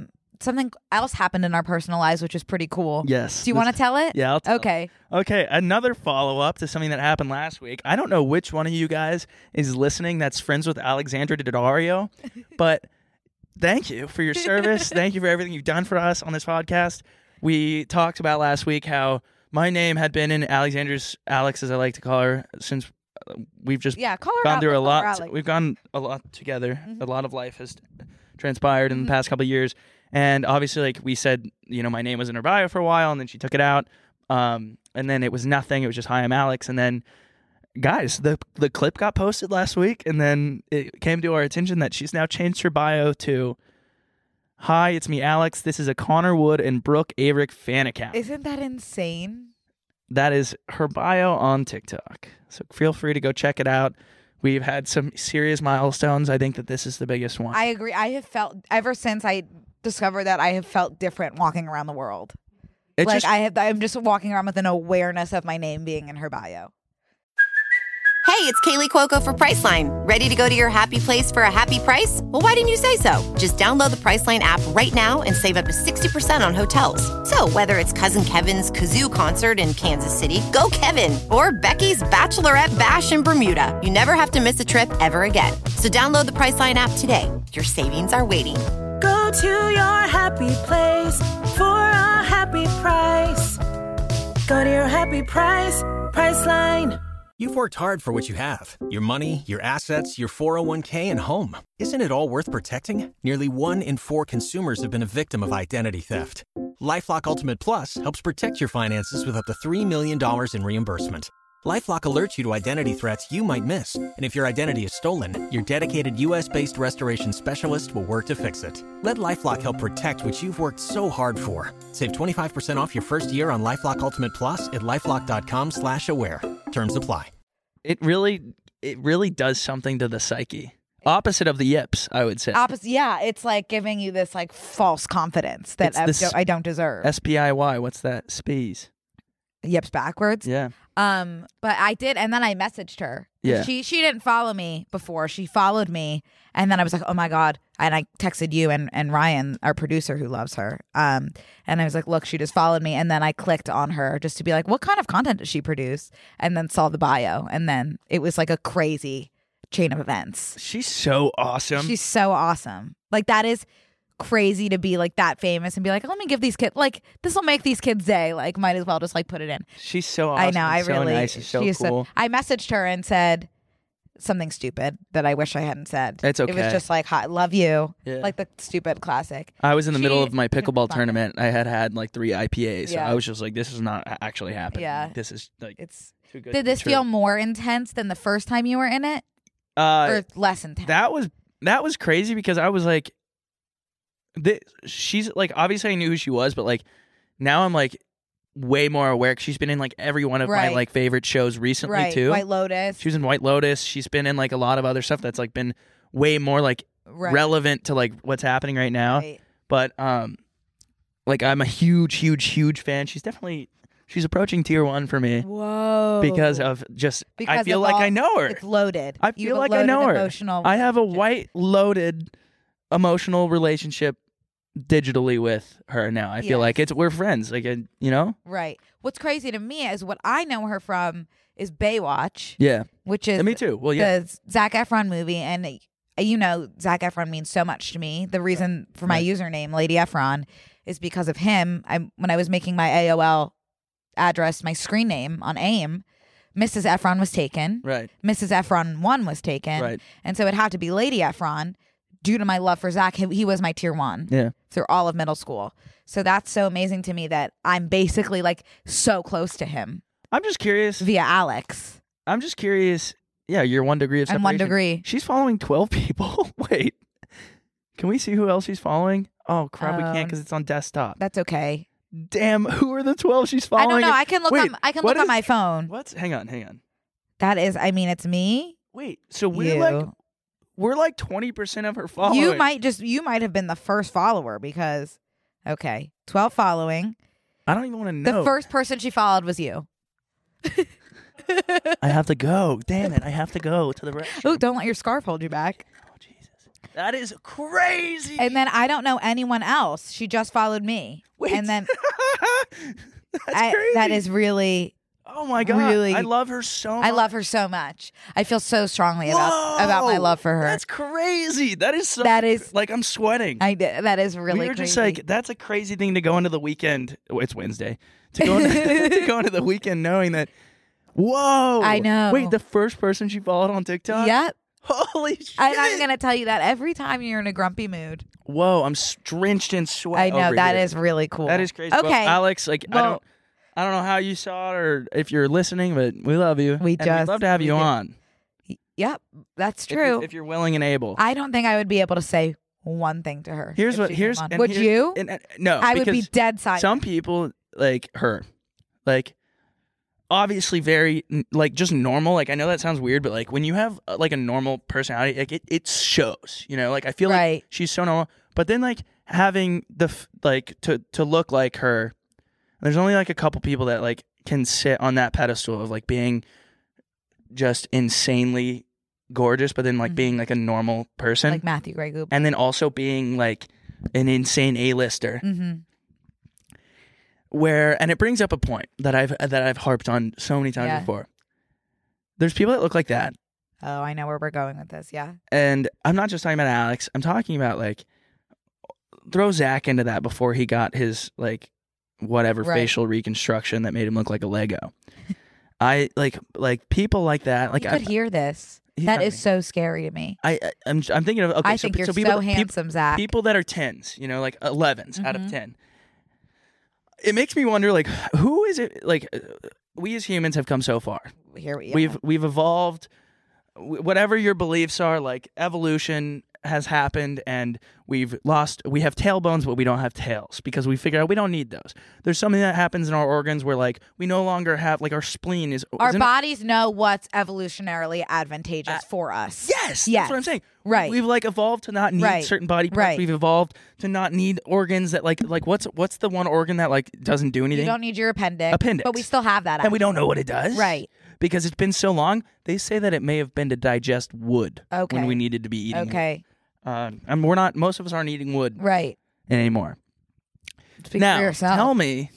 [SPEAKER 2] Um, something else happened in our personal lives, which is pretty cool.
[SPEAKER 1] Yes.
[SPEAKER 2] Do you want to
[SPEAKER 1] This-
[SPEAKER 2] tell it?
[SPEAKER 1] Yeah, I'll tell it.
[SPEAKER 2] okay.
[SPEAKER 1] Okay, another follow up to something that happened last week. I don't know which one of you guys is listening that's friends with Alexandra Daddario, but thank you for your service. thank you for everything you've done for us on this podcast. We talked about last week how my name had been in Alexandra's Alex, as I like to call her, since uh, we've just
[SPEAKER 2] Yeah, call her
[SPEAKER 1] gone
[SPEAKER 2] out.
[SPEAKER 1] through a
[SPEAKER 2] Call her
[SPEAKER 1] lot.
[SPEAKER 2] out, like- Mm-hmm.
[SPEAKER 1] We've gone a lot together. A lot of life has transpired in the past couple of years, and obviously, like we said, you know, my name was in her bio for a while, and then she took it out, um, and then it was nothing. It was just hi, I'm Alex, and then. Guys, the the clip got posted last week, and then it came to our attention that she's now changed her bio to "Hi, it's me, Alex. This is a Connor Wood and Brooke Averick fan account."
[SPEAKER 2] Isn't that insane?
[SPEAKER 1] that is her bio on TikTok. So feel free to go check it out. We've had some serious milestones. I think that this is the biggest one.
[SPEAKER 2] I agree. I have felt ever since I discovered that I have felt different walking around the world.
[SPEAKER 1] It
[SPEAKER 2] like
[SPEAKER 1] just-
[SPEAKER 2] I have, I'm just walking around with an awareness of my name being in her bio.
[SPEAKER 4] Hey, it's Kaylee Cuoco for Priceline. Ready to go to your happy place for a happy price? Well, why didn't you say so? Just download the Priceline app right now and save up to 60% on hotels. So, whether it's Cousin Kevin's Kazoo concert in Kansas City, go Kevin, or Becky's Bachelorette Bash in Bermuda, you never have to miss a trip ever again. So, download the Priceline app today. Your savings are waiting.
[SPEAKER 5] Go to your happy place for a happy price. Go to your happy price, Priceline.
[SPEAKER 6] You've worked hard for what you have your money, your assets, your 401k, and home. Isn't it all worth protecting? Nearly one in four consumers have been a victim of identity theft. Lifelock Ultimate Plus helps protect your finances with up to $3 million in reimbursement. Lifelock alerts you to identity threats you might miss. And if your identity is stolen, your dedicated US based restoration specialist will work to fix it. Let Lifelock help protect what you've worked so hard for. Save 25% off your first year on Lifelock Ultimate Plus at lifelock.com slash aware. Terms apply.
[SPEAKER 1] It really, it really does something to the psyche. Opposite of the yips, I would say.
[SPEAKER 2] Opposite, yeah, it's like giving you this like false confidence that
[SPEAKER 1] It's
[SPEAKER 2] I,
[SPEAKER 1] this-
[SPEAKER 2] don't, I don't deserve.
[SPEAKER 1] S P I Y. What's that? Spees.
[SPEAKER 2] Yips backwards.
[SPEAKER 1] Yeah.
[SPEAKER 2] Um, but I did, and then I messaged her.
[SPEAKER 1] Yeah.
[SPEAKER 2] she she didn't follow me before. She followed me, and then I was like, oh my god. And I texted you and and Ryan, our producer, who loves her. Um, and I was like, look, she just followed me, and then I clicked on her just to be like, what kind of content does she produce? And then saw the bio, and then it was like a crazy chain of events.
[SPEAKER 1] She's so awesome.
[SPEAKER 2] She's so awesome. Like that is crazy to be like that famous and be like, let me give these kids like this will make these kids day. Like might as well just like put it in.
[SPEAKER 1] She's so Oh, awesome.
[SPEAKER 2] I know. I
[SPEAKER 1] so
[SPEAKER 2] really.
[SPEAKER 1] Nice. She's so
[SPEAKER 2] she said-
[SPEAKER 1] cool.
[SPEAKER 2] I messaged her and said something stupid that I wish I hadn't said.
[SPEAKER 1] It's
[SPEAKER 2] It
[SPEAKER 1] okay.
[SPEAKER 2] was just like, "Hi, love you,"
[SPEAKER 1] Yeah.
[SPEAKER 2] like the stupid classic.
[SPEAKER 1] I was in the middle
[SPEAKER 2] She
[SPEAKER 1] of my
[SPEAKER 2] can
[SPEAKER 1] pickleball
[SPEAKER 2] fuck it.
[SPEAKER 1] tournament. I had had like three IPAs. So
[SPEAKER 2] Yeah.
[SPEAKER 1] I was just like, this is not a- actually happening.
[SPEAKER 2] Yeah.
[SPEAKER 1] This is like
[SPEAKER 2] It's
[SPEAKER 1] too good. to
[SPEAKER 2] did
[SPEAKER 1] be
[SPEAKER 2] this
[SPEAKER 1] true.
[SPEAKER 2] feel more intense than the first time you were in it,
[SPEAKER 1] Uh,
[SPEAKER 2] or less intense?
[SPEAKER 1] that was that was crazy because I was like, thi- she's like obviously I knew who she was, but like now I'm like way more aware. 'cause She's been in like every one of
[SPEAKER 2] Right.
[SPEAKER 1] my like favorite shows recently
[SPEAKER 2] right,
[SPEAKER 1] too.
[SPEAKER 2] White Lotus.
[SPEAKER 1] she was in White Lotus. She's been in like a lot of other stuff that's like been way more like
[SPEAKER 2] right,
[SPEAKER 1] relevant to like what's happening right now.
[SPEAKER 2] right.
[SPEAKER 1] But um, like I'm a huge, huge, huge fan. She's definitely she's approaching tier one for me
[SPEAKER 2] Whoa!
[SPEAKER 1] because of just I
[SPEAKER 2] Because
[SPEAKER 1] feel
[SPEAKER 2] of
[SPEAKER 1] like
[SPEAKER 2] all-
[SPEAKER 1] I know her.
[SPEAKER 2] it's loaded.
[SPEAKER 1] I
[SPEAKER 2] You
[SPEAKER 1] feel like
[SPEAKER 2] have a
[SPEAKER 1] I
[SPEAKER 2] loaded
[SPEAKER 1] know her.
[SPEAKER 2] Emotional.
[SPEAKER 1] I have a white loaded emotional relationship digitally with her now. I
[SPEAKER 2] Yes.
[SPEAKER 1] feel like it's we're friends. Like I, you know,
[SPEAKER 2] Right. What's crazy to me is what I know her from is Baywatch,
[SPEAKER 1] yeah.
[SPEAKER 2] which is
[SPEAKER 1] And me too. Well, yeah,
[SPEAKER 2] the Zach Efron movie, and uh, you know Zach Efron means so much to me. The reason for my
[SPEAKER 1] Right.
[SPEAKER 2] username, Lady Efron, is because of him. I when I was making my AOL address, my screen name on AIM, Mrs. Efron was taken.
[SPEAKER 1] right,
[SPEAKER 2] Mrs. Efron one was taken,
[SPEAKER 1] right,
[SPEAKER 2] and so it had to be Lady Efron. Due to my love for Zach, he, he was my tier one
[SPEAKER 1] yeah.
[SPEAKER 2] through all of middle school. So that's so amazing to me that I'm basically like so close to him
[SPEAKER 1] I'm just curious.
[SPEAKER 2] via Alex
[SPEAKER 1] I'm just curious. Yeah, your one degree of
[SPEAKER 2] and
[SPEAKER 1] separation.
[SPEAKER 2] one degree.
[SPEAKER 1] She's following 12 people. [LAUGHS] Wait. Can we see who else she's following? Oh, crap. we
[SPEAKER 2] Um,
[SPEAKER 1] can't because it's on desktop.
[SPEAKER 2] That's okay.
[SPEAKER 1] Damn, who are the 12 she's following?
[SPEAKER 2] I don't know. I can look
[SPEAKER 1] Wait,
[SPEAKER 2] on. I can
[SPEAKER 1] what
[SPEAKER 2] look on
[SPEAKER 1] is-
[SPEAKER 2] my phone.
[SPEAKER 1] What's. Hang on, hang on.
[SPEAKER 2] That is. I mean, it's me.
[SPEAKER 1] Wait. So we're
[SPEAKER 2] you.
[SPEAKER 1] like. We're like 20% of her following.
[SPEAKER 2] you might just. You might have been the first follower because. Okay, twelve following.
[SPEAKER 1] I don't even want to know.
[SPEAKER 2] The first person she followed was you.
[SPEAKER 1] I have to go. Damn it. I have to go to the restroom.
[SPEAKER 2] Oh, don't let your scarf hold you back.
[SPEAKER 1] Oh, Jesus. That is crazy.
[SPEAKER 2] And then I don't know anyone else. She just followed me.
[SPEAKER 1] Wait.
[SPEAKER 2] And then
[SPEAKER 1] [LAUGHS] That's
[SPEAKER 2] I,
[SPEAKER 1] crazy. Uh-huh.
[SPEAKER 2] that is really.
[SPEAKER 1] Oh, my God.
[SPEAKER 2] really-
[SPEAKER 1] I love her so much.
[SPEAKER 2] I love her so much. I feel so strongly about about my
[SPEAKER 1] Whoa,
[SPEAKER 2] love for her.
[SPEAKER 1] That's crazy. That is so.
[SPEAKER 2] That is-
[SPEAKER 1] like I'm sweating.
[SPEAKER 2] I d- that is really.
[SPEAKER 1] we were just
[SPEAKER 2] crazy.
[SPEAKER 1] like, that's a crazy thing to go into the weekend. oh, It's Wednesday to go into, [LAUGHS] to go into the weekend knowing that. Whoa!
[SPEAKER 2] I know.
[SPEAKER 1] Wait, the first person she followed on TikTok.
[SPEAKER 2] Yep.
[SPEAKER 1] [LAUGHS] Holy shit!
[SPEAKER 2] And I'm gonna tell you that every time you're in a grumpy mood.
[SPEAKER 1] Whoa! I'm s- drenched in sweat.
[SPEAKER 2] I know
[SPEAKER 1] over
[SPEAKER 2] that
[SPEAKER 1] here.
[SPEAKER 2] is really cool.
[SPEAKER 1] that is crazy.
[SPEAKER 2] Okay,
[SPEAKER 1] Well, Alex, like I
[SPEAKER 2] Well-
[SPEAKER 1] don't. I don't know how you saw it or if you're listening, but we love you.
[SPEAKER 2] We
[SPEAKER 1] and we'd
[SPEAKER 2] just-
[SPEAKER 1] love to have
[SPEAKER 2] we
[SPEAKER 1] you
[SPEAKER 2] do.
[SPEAKER 1] on.
[SPEAKER 2] Yep, that's
[SPEAKER 1] If you're-
[SPEAKER 2] true.
[SPEAKER 1] If, you're willing and able.
[SPEAKER 2] I don't think I would be able to say one thing to her.
[SPEAKER 1] here's
[SPEAKER 2] if
[SPEAKER 1] what
[SPEAKER 2] she
[SPEAKER 1] here's
[SPEAKER 2] came on.
[SPEAKER 1] and
[SPEAKER 2] would
[SPEAKER 1] here-
[SPEAKER 2] you?
[SPEAKER 1] and- and- no,
[SPEAKER 2] I would be
[SPEAKER 1] because-
[SPEAKER 2] dead silent.
[SPEAKER 1] some people like her like obviously very n- like just normal like i know that sounds weird but like when you have uh, like a normal personality like it, it shows you know like i feel
[SPEAKER 2] Right.
[SPEAKER 1] like she's so normal but then like having the f- like to to look like her there's only like a couple people that like can sit on that pedestal of like being just insanely gorgeous, but then like
[SPEAKER 2] Mhm.
[SPEAKER 1] being like a normal person,
[SPEAKER 2] like Matthew Gray Goop.
[SPEAKER 1] and then also being like an insane A-lister.
[SPEAKER 2] hmm
[SPEAKER 1] Where and it brings up a point that I've that I've harped on so many times
[SPEAKER 2] Yeah.
[SPEAKER 1] before. There's people that look like that,
[SPEAKER 2] Oh, I know where we're going with this. Yeah.
[SPEAKER 1] and I'm not just talking about Alex. I'm talking about like throw Zach into that before he got his like whatever
[SPEAKER 2] Right.
[SPEAKER 1] facial reconstruction that made him look like a
[SPEAKER 2] [LAUGHS]
[SPEAKER 1] Lego. I like like people like that. Like
[SPEAKER 2] you
[SPEAKER 1] I,
[SPEAKER 2] could hear this.
[SPEAKER 1] he's
[SPEAKER 2] That
[SPEAKER 1] not
[SPEAKER 2] is
[SPEAKER 1] me.
[SPEAKER 2] so scary to me.
[SPEAKER 1] I, I I'm I'm thinking of okay.
[SPEAKER 2] I
[SPEAKER 1] so,
[SPEAKER 2] think you're
[SPEAKER 1] so
[SPEAKER 2] so,
[SPEAKER 1] people, peop-
[SPEAKER 2] handsome, Zach.
[SPEAKER 1] people that are tens, you know, like 11s out of
[SPEAKER 2] Mhm.
[SPEAKER 1] 10. It makes me wonder like who is it like uh, we as humans have come so far.
[SPEAKER 2] Here we
[SPEAKER 1] We've we've evolved Wh- whatever your beliefs are like evolution has happened and we've lost we have tailbones but we don't have tails because we figure out we don't need those. There's something that happens in our organs where like we no longer have like our spleen is
[SPEAKER 2] Our
[SPEAKER 1] isn't-
[SPEAKER 2] bodies know what's evolutionarily advantageous
[SPEAKER 1] Uh,
[SPEAKER 2] for us.
[SPEAKER 1] Yes,
[SPEAKER 2] Yes.
[SPEAKER 1] that's what I'm saying.
[SPEAKER 2] Right.
[SPEAKER 1] We've like evolved to not need
[SPEAKER 2] Right.
[SPEAKER 1] certain body parts.
[SPEAKER 2] Right.
[SPEAKER 1] We've evolved to not need organs that like like what's what's the one organ that like doesn't do anything?
[SPEAKER 2] You don't need your appendix.
[SPEAKER 1] Appendix.
[SPEAKER 2] But we still have that.
[SPEAKER 1] and we don't know what it does.
[SPEAKER 2] Right.
[SPEAKER 1] Because it's been so long. They say that it may have been to digest wood
[SPEAKER 2] Okay.
[SPEAKER 1] when we needed to be eating.
[SPEAKER 2] Okay.
[SPEAKER 1] It. Uh, and we're not. Most of us aren't eating wood
[SPEAKER 2] Right.
[SPEAKER 1] anymore.
[SPEAKER 2] Speak
[SPEAKER 1] now,
[SPEAKER 2] for yourself.
[SPEAKER 1] tell me,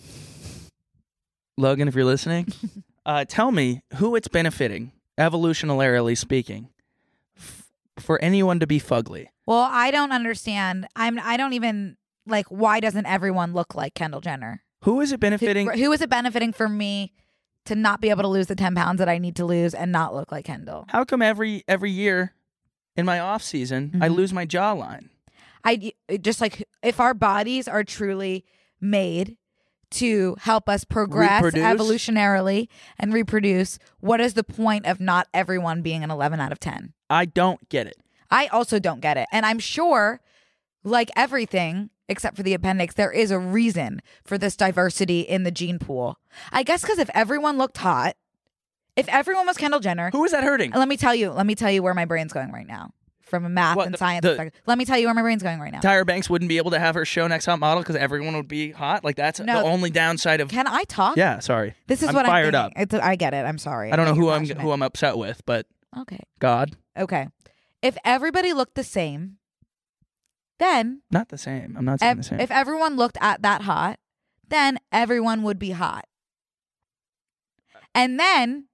[SPEAKER 1] Logan, if you're
[SPEAKER 2] [LAUGHS]
[SPEAKER 1] listening, uh, tell me who it's benefiting, evolutionarily speaking, f- for anyone to be fugly.
[SPEAKER 2] Well, I don't understand. I'm. I don't even like. Why doesn't everyone look like Kendall Jenner?
[SPEAKER 1] Who is it
[SPEAKER 2] Who-
[SPEAKER 1] benefiting?
[SPEAKER 2] who is it benefiting for me to not be able to lose the ten pounds that I need to lose and not look like Kendall?
[SPEAKER 1] How come every every year in my off season I
[SPEAKER 2] Mhm.
[SPEAKER 1] lose my jawline?
[SPEAKER 2] I it just like if our bodies are truly made to help us progress
[SPEAKER 1] Reproduce?
[SPEAKER 2] evolutionarily and reproduce, what is the point of not everyone being an 11 out of 10?
[SPEAKER 1] I don't get it.
[SPEAKER 2] I also don't get it. And I'm sure, like everything except for the appendix, there is a reason for this diversity in the gene pool. I guess because if everyone looked hot, if everyone was Kendall Jenner,
[SPEAKER 1] Who is that hurting?
[SPEAKER 2] and let me tell you, let me tell you where my brain's going right now from a math
[SPEAKER 1] What,
[SPEAKER 2] and
[SPEAKER 1] the-
[SPEAKER 2] science
[SPEAKER 1] the-
[SPEAKER 2] perspective. Let me tell you where my brain's going right now.
[SPEAKER 1] Tyra Banks wouldn't be able to have her show next hot model because everyone would be hot. Like that's
[SPEAKER 2] No.
[SPEAKER 1] the only downside of.
[SPEAKER 2] Can I talk?
[SPEAKER 1] yeah, sorry.
[SPEAKER 2] This is
[SPEAKER 1] I'm
[SPEAKER 2] what
[SPEAKER 1] fired
[SPEAKER 2] I'm
[SPEAKER 1] up.
[SPEAKER 2] thinking. It's, I get it. I'm sorry.
[SPEAKER 1] I don't know
[SPEAKER 2] that you're
[SPEAKER 1] who I'm
[SPEAKER 2] passionate.
[SPEAKER 1] who I'm upset with, but
[SPEAKER 2] Okay.
[SPEAKER 1] God,
[SPEAKER 2] Okay. If everybody looked the same, then
[SPEAKER 1] not the same. I'm not saying
[SPEAKER 2] ev-
[SPEAKER 1] the same.
[SPEAKER 2] if everyone looked at that hot, then everyone would be hot. And then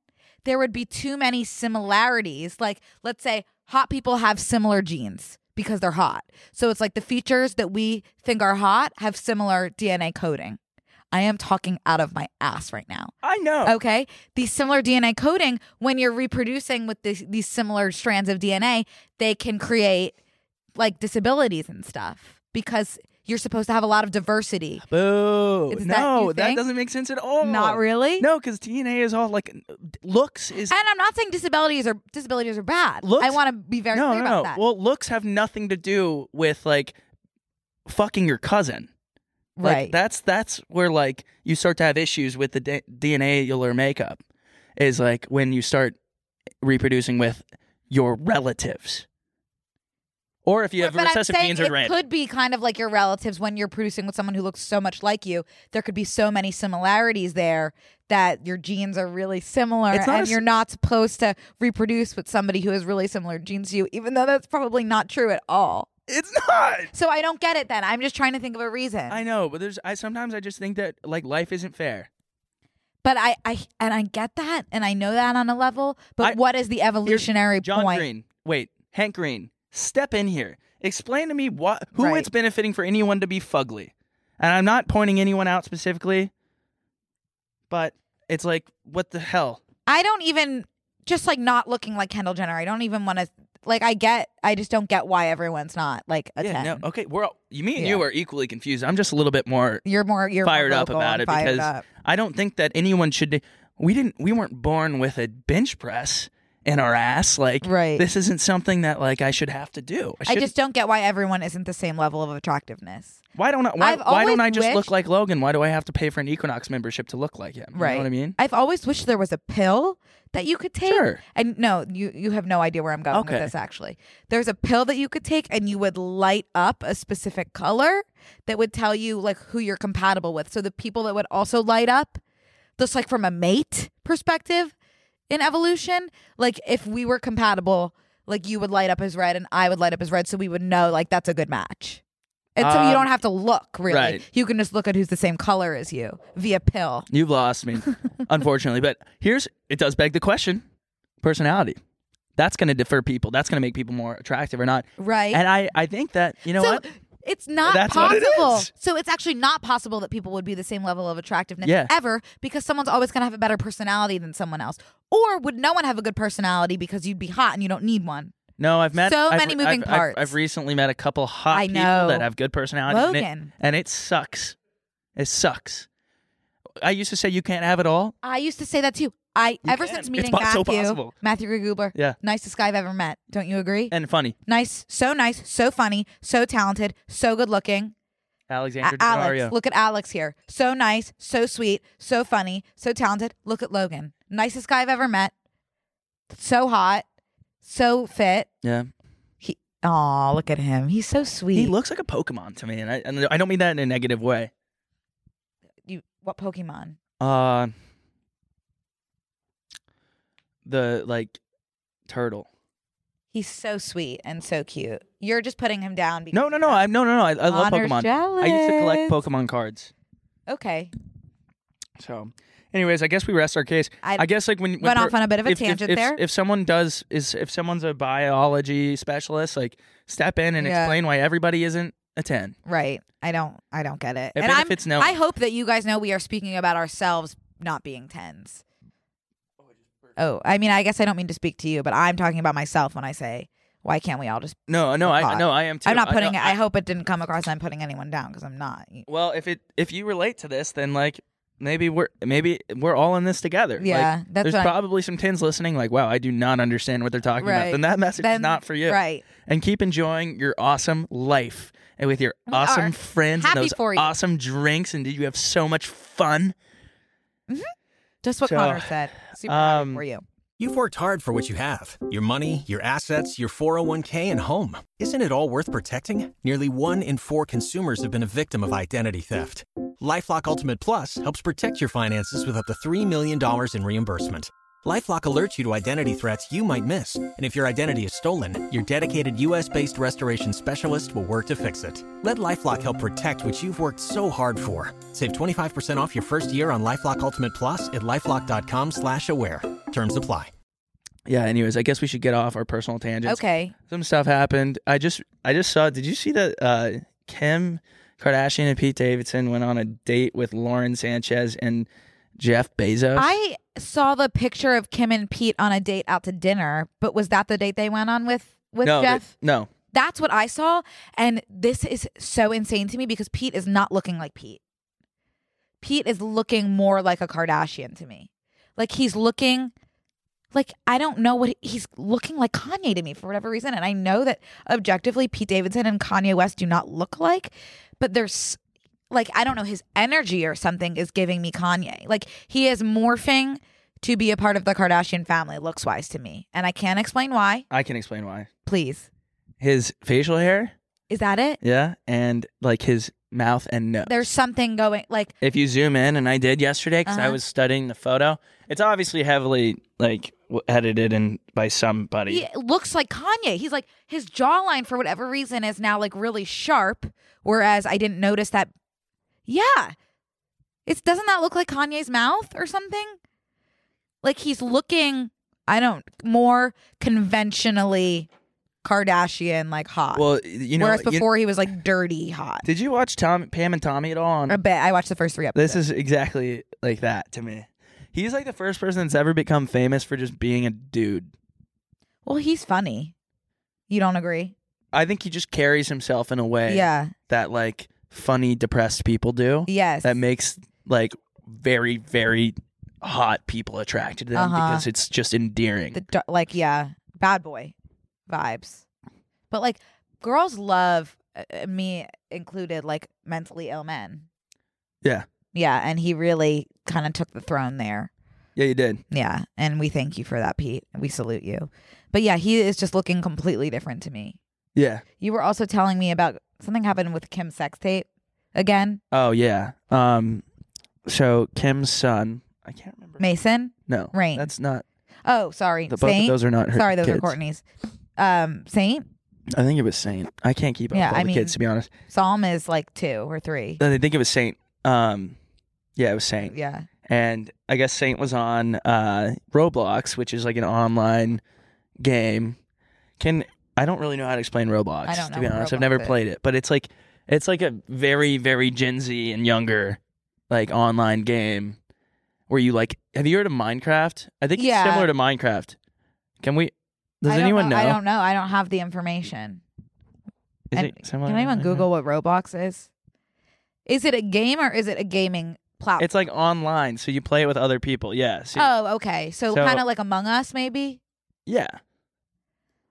[SPEAKER 2] there would be too many similarities. Like, let's say hot people have similar genes because they're hot. So it's like the features that we think are hot have similar DNA coding. I am talking out of my ass right now.
[SPEAKER 1] I know.
[SPEAKER 2] Okay. The similar DNA coding, when you're reproducing with this, these similar strands of DNA, they can create like disabilities and stuff because you're supposed to have a lot of diversity.
[SPEAKER 1] Boo!
[SPEAKER 2] Is that
[SPEAKER 1] no,
[SPEAKER 2] you
[SPEAKER 1] that
[SPEAKER 2] think?
[SPEAKER 1] doesn't make sense at all.
[SPEAKER 2] Not really.
[SPEAKER 1] Oh. No, because DNA is all like looks is
[SPEAKER 2] And I'm not saying disabilities are disabilities are bad.
[SPEAKER 1] Looks-
[SPEAKER 2] I want to be very
[SPEAKER 1] no,
[SPEAKER 2] clear
[SPEAKER 1] no,
[SPEAKER 2] about
[SPEAKER 1] no.
[SPEAKER 2] that.
[SPEAKER 1] Well, looks have nothing to do with like fucking your cousin. Like,
[SPEAKER 2] right.
[SPEAKER 1] That's that's where like you start to have issues with the d- DNA or makeup is like when you start reproducing with your relatives, or if you have
[SPEAKER 2] but I'm
[SPEAKER 1] recessive
[SPEAKER 2] saying
[SPEAKER 1] genes
[SPEAKER 2] it
[SPEAKER 1] or random.
[SPEAKER 2] could be kind of like your relatives when you're producing with someone who looks so much like you. There could be so many similarities there that your genes are really similar,
[SPEAKER 1] It's not a
[SPEAKER 2] and
[SPEAKER 1] s-
[SPEAKER 2] you're not supposed to reproduce with somebody who has really similar genes to you, even though that's probably not true at all.
[SPEAKER 1] It's not.
[SPEAKER 2] So I don't get it. Then I'm just trying to think of a reason.
[SPEAKER 1] I know, but there's. I sometimes I just think that like life isn't fair.
[SPEAKER 2] but I, I, and I get that, and I know that on a level. But
[SPEAKER 1] I-
[SPEAKER 2] what is the
[SPEAKER 1] Here's
[SPEAKER 2] evolutionary
[SPEAKER 1] John
[SPEAKER 2] point?
[SPEAKER 1] Green. Wait, Hank Green, step in here. Explain to me what who
[SPEAKER 2] Right.
[SPEAKER 1] it's benefiting for anyone to be fugly. And I'm not pointing anyone out specifically, but it's like what the hell?
[SPEAKER 2] I don't even just like not looking like Kendall Jenner. I don't even want to. Like I get, I just don't get why everyone's not like a
[SPEAKER 1] yeah,
[SPEAKER 2] ten.
[SPEAKER 1] no, oh. okay. We're all, you, me, and you
[SPEAKER 2] Yeah.
[SPEAKER 1] are equally confused. I'm just a little bit more
[SPEAKER 2] You're more you're more
[SPEAKER 1] fired up
[SPEAKER 2] vocal
[SPEAKER 1] about
[SPEAKER 2] and
[SPEAKER 1] it
[SPEAKER 2] fired
[SPEAKER 1] because
[SPEAKER 2] up.
[SPEAKER 1] I don't think that anyone should. We didn't. We weren't born with a bench press in our ass. Like
[SPEAKER 2] Right.
[SPEAKER 1] this isn't something that like I should have to do.
[SPEAKER 2] I
[SPEAKER 1] shouldn't-
[SPEAKER 2] just don't get why everyone isn't the same level of attractiveness.
[SPEAKER 1] Why don't I? Why,
[SPEAKER 2] I've
[SPEAKER 1] why don't
[SPEAKER 2] always
[SPEAKER 1] I just look
[SPEAKER 2] wished-
[SPEAKER 1] like Logan? Why do I have to pay for an Equinox membership to look like him? You
[SPEAKER 2] Right.
[SPEAKER 1] know what I mean?
[SPEAKER 2] I've always wished there was a pill that you could take.
[SPEAKER 1] Sure.
[SPEAKER 2] And no, you you have no idea where I'm going
[SPEAKER 1] Okay.
[SPEAKER 2] with this actually. There's a pill that you could take and you would light up a specific color that would tell you like who you're compatible with. So the people that would also light up, just like from a mate perspective, in evolution, like if we were compatible, like you would light up as red and I would light up as red, so we would know like that's a good match. And so you
[SPEAKER 1] Um,
[SPEAKER 2] don't have to look really.
[SPEAKER 1] right.
[SPEAKER 2] You can just look at who's the same color as you via pill.
[SPEAKER 1] You've lost
[SPEAKER 2] [LAUGHS]
[SPEAKER 1] me, unfortunately. But here's it does beg the question personality. That's going to defer people. That's going to make people more attractive or not.
[SPEAKER 2] Right.
[SPEAKER 1] And I, I think that, you know
[SPEAKER 2] so
[SPEAKER 1] what?
[SPEAKER 2] it's not
[SPEAKER 1] That's what it
[SPEAKER 2] possible.
[SPEAKER 1] is.
[SPEAKER 2] So it's actually not possible that people would be the same level of attractiveness
[SPEAKER 1] Yeah.
[SPEAKER 2] ever because someone's always going to have a better personality than someone else. Or would no one have a good personality because you'd be hot and you don't need one?
[SPEAKER 1] No, I've met
[SPEAKER 2] So
[SPEAKER 1] I've-
[SPEAKER 2] many moving
[SPEAKER 1] I've- I've-
[SPEAKER 2] parts.
[SPEAKER 1] I've, recently met a couple hot
[SPEAKER 2] I
[SPEAKER 1] people
[SPEAKER 2] know.
[SPEAKER 1] that have good personalities, and
[SPEAKER 2] Logan.
[SPEAKER 1] it, and it sucks. It sucks. I used to say you can't have it all.
[SPEAKER 2] I used to say that too. I ever
[SPEAKER 1] can.
[SPEAKER 2] since
[SPEAKER 1] It's
[SPEAKER 2] meeting
[SPEAKER 1] po- so
[SPEAKER 2] Matthew,
[SPEAKER 1] possible.
[SPEAKER 2] Matthew Gugler,
[SPEAKER 1] Yeah.
[SPEAKER 2] nicest guy I've ever met. Don't you agree?
[SPEAKER 1] And funny,
[SPEAKER 2] nice, so nice, so funny, so talented, so good looking.
[SPEAKER 1] Alexander
[SPEAKER 2] A- Alex,
[SPEAKER 1] Daddario.
[SPEAKER 2] look at Alex here. So nice, so sweet, so funny, so talented. Look at Logan. Nicest guy I've ever met. So hot, so fit.
[SPEAKER 1] yeah,
[SPEAKER 2] He Oh, look at him. He's so sweet.
[SPEAKER 1] he looks like a Pokemon to me, and I, and I don't mean that in a negative way.
[SPEAKER 2] you what Pokemon?
[SPEAKER 1] Uh, the like turtle.
[SPEAKER 2] He's so sweet and so cute. You're just putting him down because
[SPEAKER 1] No, no, no. I no, no, no. I, I love
[SPEAKER 2] Connor's
[SPEAKER 1] Pokemon. I used to collect
[SPEAKER 2] jealous.
[SPEAKER 1] Pokemon cards.
[SPEAKER 2] Okay.
[SPEAKER 1] So, anyways, I guess we rest our case.
[SPEAKER 2] I
[SPEAKER 1] I, guess like when, when
[SPEAKER 2] went
[SPEAKER 1] per-
[SPEAKER 2] off on a bit of a
[SPEAKER 1] if- if-
[SPEAKER 2] tangent
[SPEAKER 1] if,
[SPEAKER 2] there.
[SPEAKER 1] If someone does is if someone's a biology specialist, like step in and
[SPEAKER 2] Yeah.
[SPEAKER 1] explain why everybody isn't a ten.
[SPEAKER 2] Right. I don't I don't get it.
[SPEAKER 1] If
[SPEAKER 2] and
[SPEAKER 1] it- if
[SPEAKER 2] I'm,
[SPEAKER 1] it's no-
[SPEAKER 2] I hope that you guys know we are speaking about ourselves not being tens. Oh, I mean, I guess I don't mean to speak to you, but I'm talking about myself when I say, why can't we all just?
[SPEAKER 1] No, no, I
[SPEAKER 2] Hot.
[SPEAKER 1] no, I am too.
[SPEAKER 2] I'm not
[SPEAKER 1] I-
[SPEAKER 2] putting
[SPEAKER 1] no,
[SPEAKER 2] it. I hope it didn't come across. I'm putting anyone down because I'm not.
[SPEAKER 1] Well, if it if you relate to this, then like maybe we're maybe we're all in this together. Like,
[SPEAKER 2] Yeah, that's
[SPEAKER 1] there's
[SPEAKER 2] what I-
[SPEAKER 1] probably some tins listening. Like, wow, I do not understand what they're talking
[SPEAKER 2] Right.
[SPEAKER 1] about. Then that message is
[SPEAKER 2] Then-
[SPEAKER 1] not for you.
[SPEAKER 2] right.
[SPEAKER 1] And keep enjoying your awesome life and with your
[SPEAKER 2] We
[SPEAKER 1] awesome
[SPEAKER 2] are.
[SPEAKER 1] friends
[SPEAKER 2] Happy
[SPEAKER 1] and those
[SPEAKER 2] for you.
[SPEAKER 1] awesome drinks. And did you have so much fun?
[SPEAKER 2] Just what
[SPEAKER 1] So,
[SPEAKER 2] Connor said. Super happy
[SPEAKER 1] um,
[SPEAKER 2] for you.
[SPEAKER 6] You've worked hard for what you have your money, your assets, your 401k, and home. Isn't it all worth protecting? Nearly one in four consumers have been a victim of identity theft. Lifelock Ultimate Plus helps protect your finances with up to $3 million in reimbursement. Lifelock alerts you to identity threats you might miss. And if your identity is stolen, your dedicated US based restoration specialist will work to fix it. Let Lifelock help protect what you've worked so hard for. Save 25% off your first year on Lifelock Ultimate Plus at lifelock.com slash aware. Terms apply.
[SPEAKER 1] Yeah. Anyways, I guess we should get off our personal tangents.
[SPEAKER 2] Okay.
[SPEAKER 1] Some stuff happened. I just I just saw. Did you see that uh, Kim Kardashian and Pete Davidson went on a date with Lauren Sanchez and Jeff Bezos?
[SPEAKER 2] I saw the picture of Kim and Pete on a date out to dinner, but was that the date they went on with with
[SPEAKER 1] no,
[SPEAKER 2] Jeff?
[SPEAKER 1] that- no,
[SPEAKER 2] That's what I saw. And this is so insane to me because Pete is not looking like Pete. Pete is looking more like a Kardashian to me. Like he's looking like I don't know what he's looking like Kanye to me for whatever reason. And I know that objectively Pete Davidson and Kanye West do not look like, but there's like I don't know his energy or something is giving me Kanye. Like he is morphing to be a part of the Kardashian family looks wise to me. And I can't explain why.
[SPEAKER 1] I can explain why.
[SPEAKER 2] Please.
[SPEAKER 1] His facial hair,
[SPEAKER 2] Is that it?
[SPEAKER 1] yeah, and like his mouth and nose.
[SPEAKER 2] there's something going like
[SPEAKER 1] if you zoom in, and I did yesterday because I
[SPEAKER 2] Uh-huh.
[SPEAKER 1] was studying the photo. It's obviously heavily like w- edited and by somebody.
[SPEAKER 2] he looks like Kanye. He's like his jawline for whatever reason is now like really sharp whereas I didn't notice that yeah. It's doesn't that look like Kanye's mouth or something? Like he's looking I don't more conventionally Kardashian like hot.
[SPEAKER 1] Well, you know,
[SPEAKER 2] whereas
[SPEAKER 1] you-
[SPEAKER 2] before he was like dirty hot.
[SPEAKER 1] did you watch Tom, Pam, and Tommy at all? On
[SPEAKER 2] A bit. I watched the first three episodes.
[SPEAKER 1] Um, This is exactly like that to me. He's like the first person that's ever become famous for just being a dude.
[SPEAKER 2] well, he's funny. You don't agree?
[SPEAKER 1] I think he just carries himself in a way
[SPEAKER 2] Yeah.
[SPEAKER 1] that like funny depressed people do.
[SPEAKER 2] Yes.
[SPEAKER 1] That makes like very very hot people attracted to them
[SPEAKER 2] Uh-huh.
[SPEAKER 1] because it's just endearing.
[SPEAKER 2] the dar- like yeah bad boy vibes but like girls love uh, uh, me included like mentally ill men
[SPEAKER 1] Yeah.
[SPEAKER 2] yeah and he really kind of took the throne there
[SPEAKER 1] yeah, you did.
[SPEAKER 2] yeah and we thank you for that pete we salute you but yeah he is just looking completely different to me
[SPEAKER 1] Yeah.
[SPEAKER 2] you were also telling me about something happened with kim's sex tape again
[SPEAKER 1] Oh yeah. Um so Kim's son, I can't remember.
[SPEAKER 2] mason
[SPEAKER 1] no.
[SPEAKER 2] Rain.
[SPEAKER 1] That's not.
[SPEAKER 2] Oh, sorry.
[SPEAKER 1] The, both of
[SPEAKER 2] Saint.
[SPEAKER 1] those are not her
[SPEAKER 2] sorry, those are
[SPEAKER 1] kids.
[SPEAKER 2] Courtney's. Um, Saint
[SPEAKER 1] I think it was Saint. I can't keep up
[SPEAKER 2] Yeah,
[SPEAKER 1] with all
[SPEAKER 2] I
[SPEAKER 1] the
[SPEAKER 2] mean-
[SPEAKER 1] kids to be honest.
[SPEAKER 2] Psalm is like two or three.
[SPEAKER 1] I think it was Saint. Um, yeah, it was Saint.
[SPEAKER 2] Yeah.
[SPEAKER 1] and I guess Saint was on uh, Roblox, which is like an online game. Can I don't really know how to explain Roblox.
[SPEAKER 2] I don't
[SPEAKER 1] to
[SPEAKER 2] know
[SPEAKER 1] be
[SPEAKER 2] what
[SPEAKER 1] honest,
[SPEAKER 2] Roblox
[SPEAKER 1] I've never
[SPEAKER 2] is.
[SPEAKER 1] played it, but it's like it's like a very very Gen Z and younger like online game where you like. Have you heard of Minecraft? I think
[SPEAKER 2] Yeah.
[SPEAKER 1] it's similar to Minecraft. Can we? Does
[SPEAKER 2] I don't
[SPEAKER 1] anyone
[SPEAKER 2] I
[SPEAKER 1] know?
[SPEAKER 2] don't know. I don't have the information.
[SPEAKER 1] Is
[SPEAKER 2] And
[SPEAKER 1] it similar
[SPEAKER 2] Can
[SPEAKER 1] to
[SPEAKER 2] anyone
[SPEAKER 1] Minecraft?
[SPEAKER 2] Google what Roblox is? Is it a game or is it a gaming platform?
[SPEAKER 1] It's like online, so you play it with other people. Yeah. see-
[SPEAKER 2] oh, okay. So,
[SPEAKER 1] So-
[SPEAKER 2] kind of like Among Us, maybe.
[SPEAKER 1] Yeah.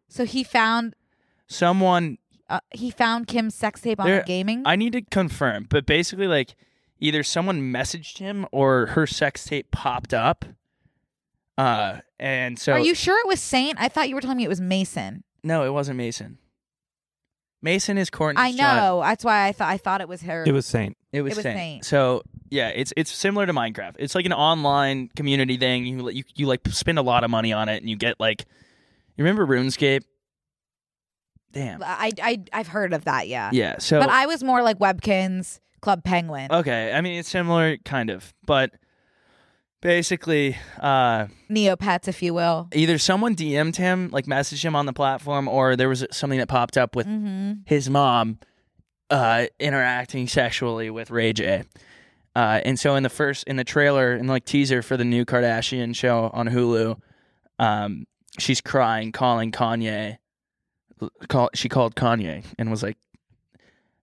[SPEAKER 2] So he found
[SPEAKER 1] Someone
[SPEAKER 2] uh, he found Kim's sex tape on
[SPEAKER 1] There-
[SPEAKER 2] a gaming.
[SPEAKER 1] I need to confirm, but basically, like either someone messaged him or her sex tape popped up. Uh, and so
[SPEAKER 2] Are you sure it was Saint? I thought you were telling me it was Mason.
[SPEAKER 1] no, it wasn't Mason. Mason is Courtney's
[SPEAKER 2] I
[SPEAKER 1] child.
[SPEAKER 2] know. That's why I thought I thought it was her.
[SPEAKER 7] It was Saint.
[SPEAKER 1] It was,
[SPEAKER 2] It was
[SPEAKER 1] Saint.
[SPEAKER 2] Saint.
[SPEAKER 1] So yeah, it's it's similar to Minecraft. It's like an online community thing. You you you like spend a lot of money on it, and you get like you remember RuneScape. Damn.
[SPEAKER 2] I I I've heard of that. Yeah.
[SPEAKER 1] Yeah. So Oh.
[SPEAKER 2] But I was more like Webkins, Club Penguin.
[SPEAKER 1] okay, I mean it's similar, kind of, but basically, uh.
[SPEAKER 2] Neopets, if you will.
[SPEAKER 1] either someone DM'd him, like messaged him on the platform, or there was something that popped up with
[SPEAKER 2] Mm-hmm.
[SPEAKER 1] his mom uh, interacting sexually with Ray J. Uh, and so in the first in the trailer and like teaser for the new Kardashian show on Hulu, um, she's crying, calling Kanye. Call she called Kanye and was like,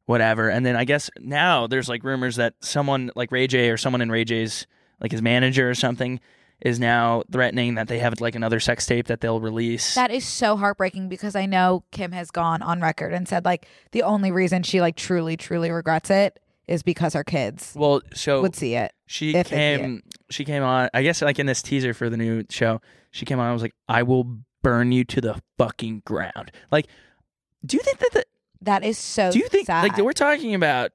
[SPEAKER 1] whatever. And then I guess now there's like rumors that someone like Ray J or someone in Ray J's like his manager or something is now threatening that they have like another sex tape that they'll release.
[SPEAKER 2] That is so heartbreaking because I know Kim has gone on record and said like the only reason she like truly truly regrets it is because her kids
[SPEAKER 1] well, so
[SPEAKER 2] would see it.
[SPEAKER 1] she
[SPEAKER 2] if they see it.
[SPEAKER 1] came she came on I guess like in this teaser for the new show, she came on and was like, I will burn you to the fucking ground. Like do you think that the
[SPEAKER 2] That is so.
[SPEAKER 1] do you think
[SPEAKER 2] sad.
[SPEAKER 1] like we're talking about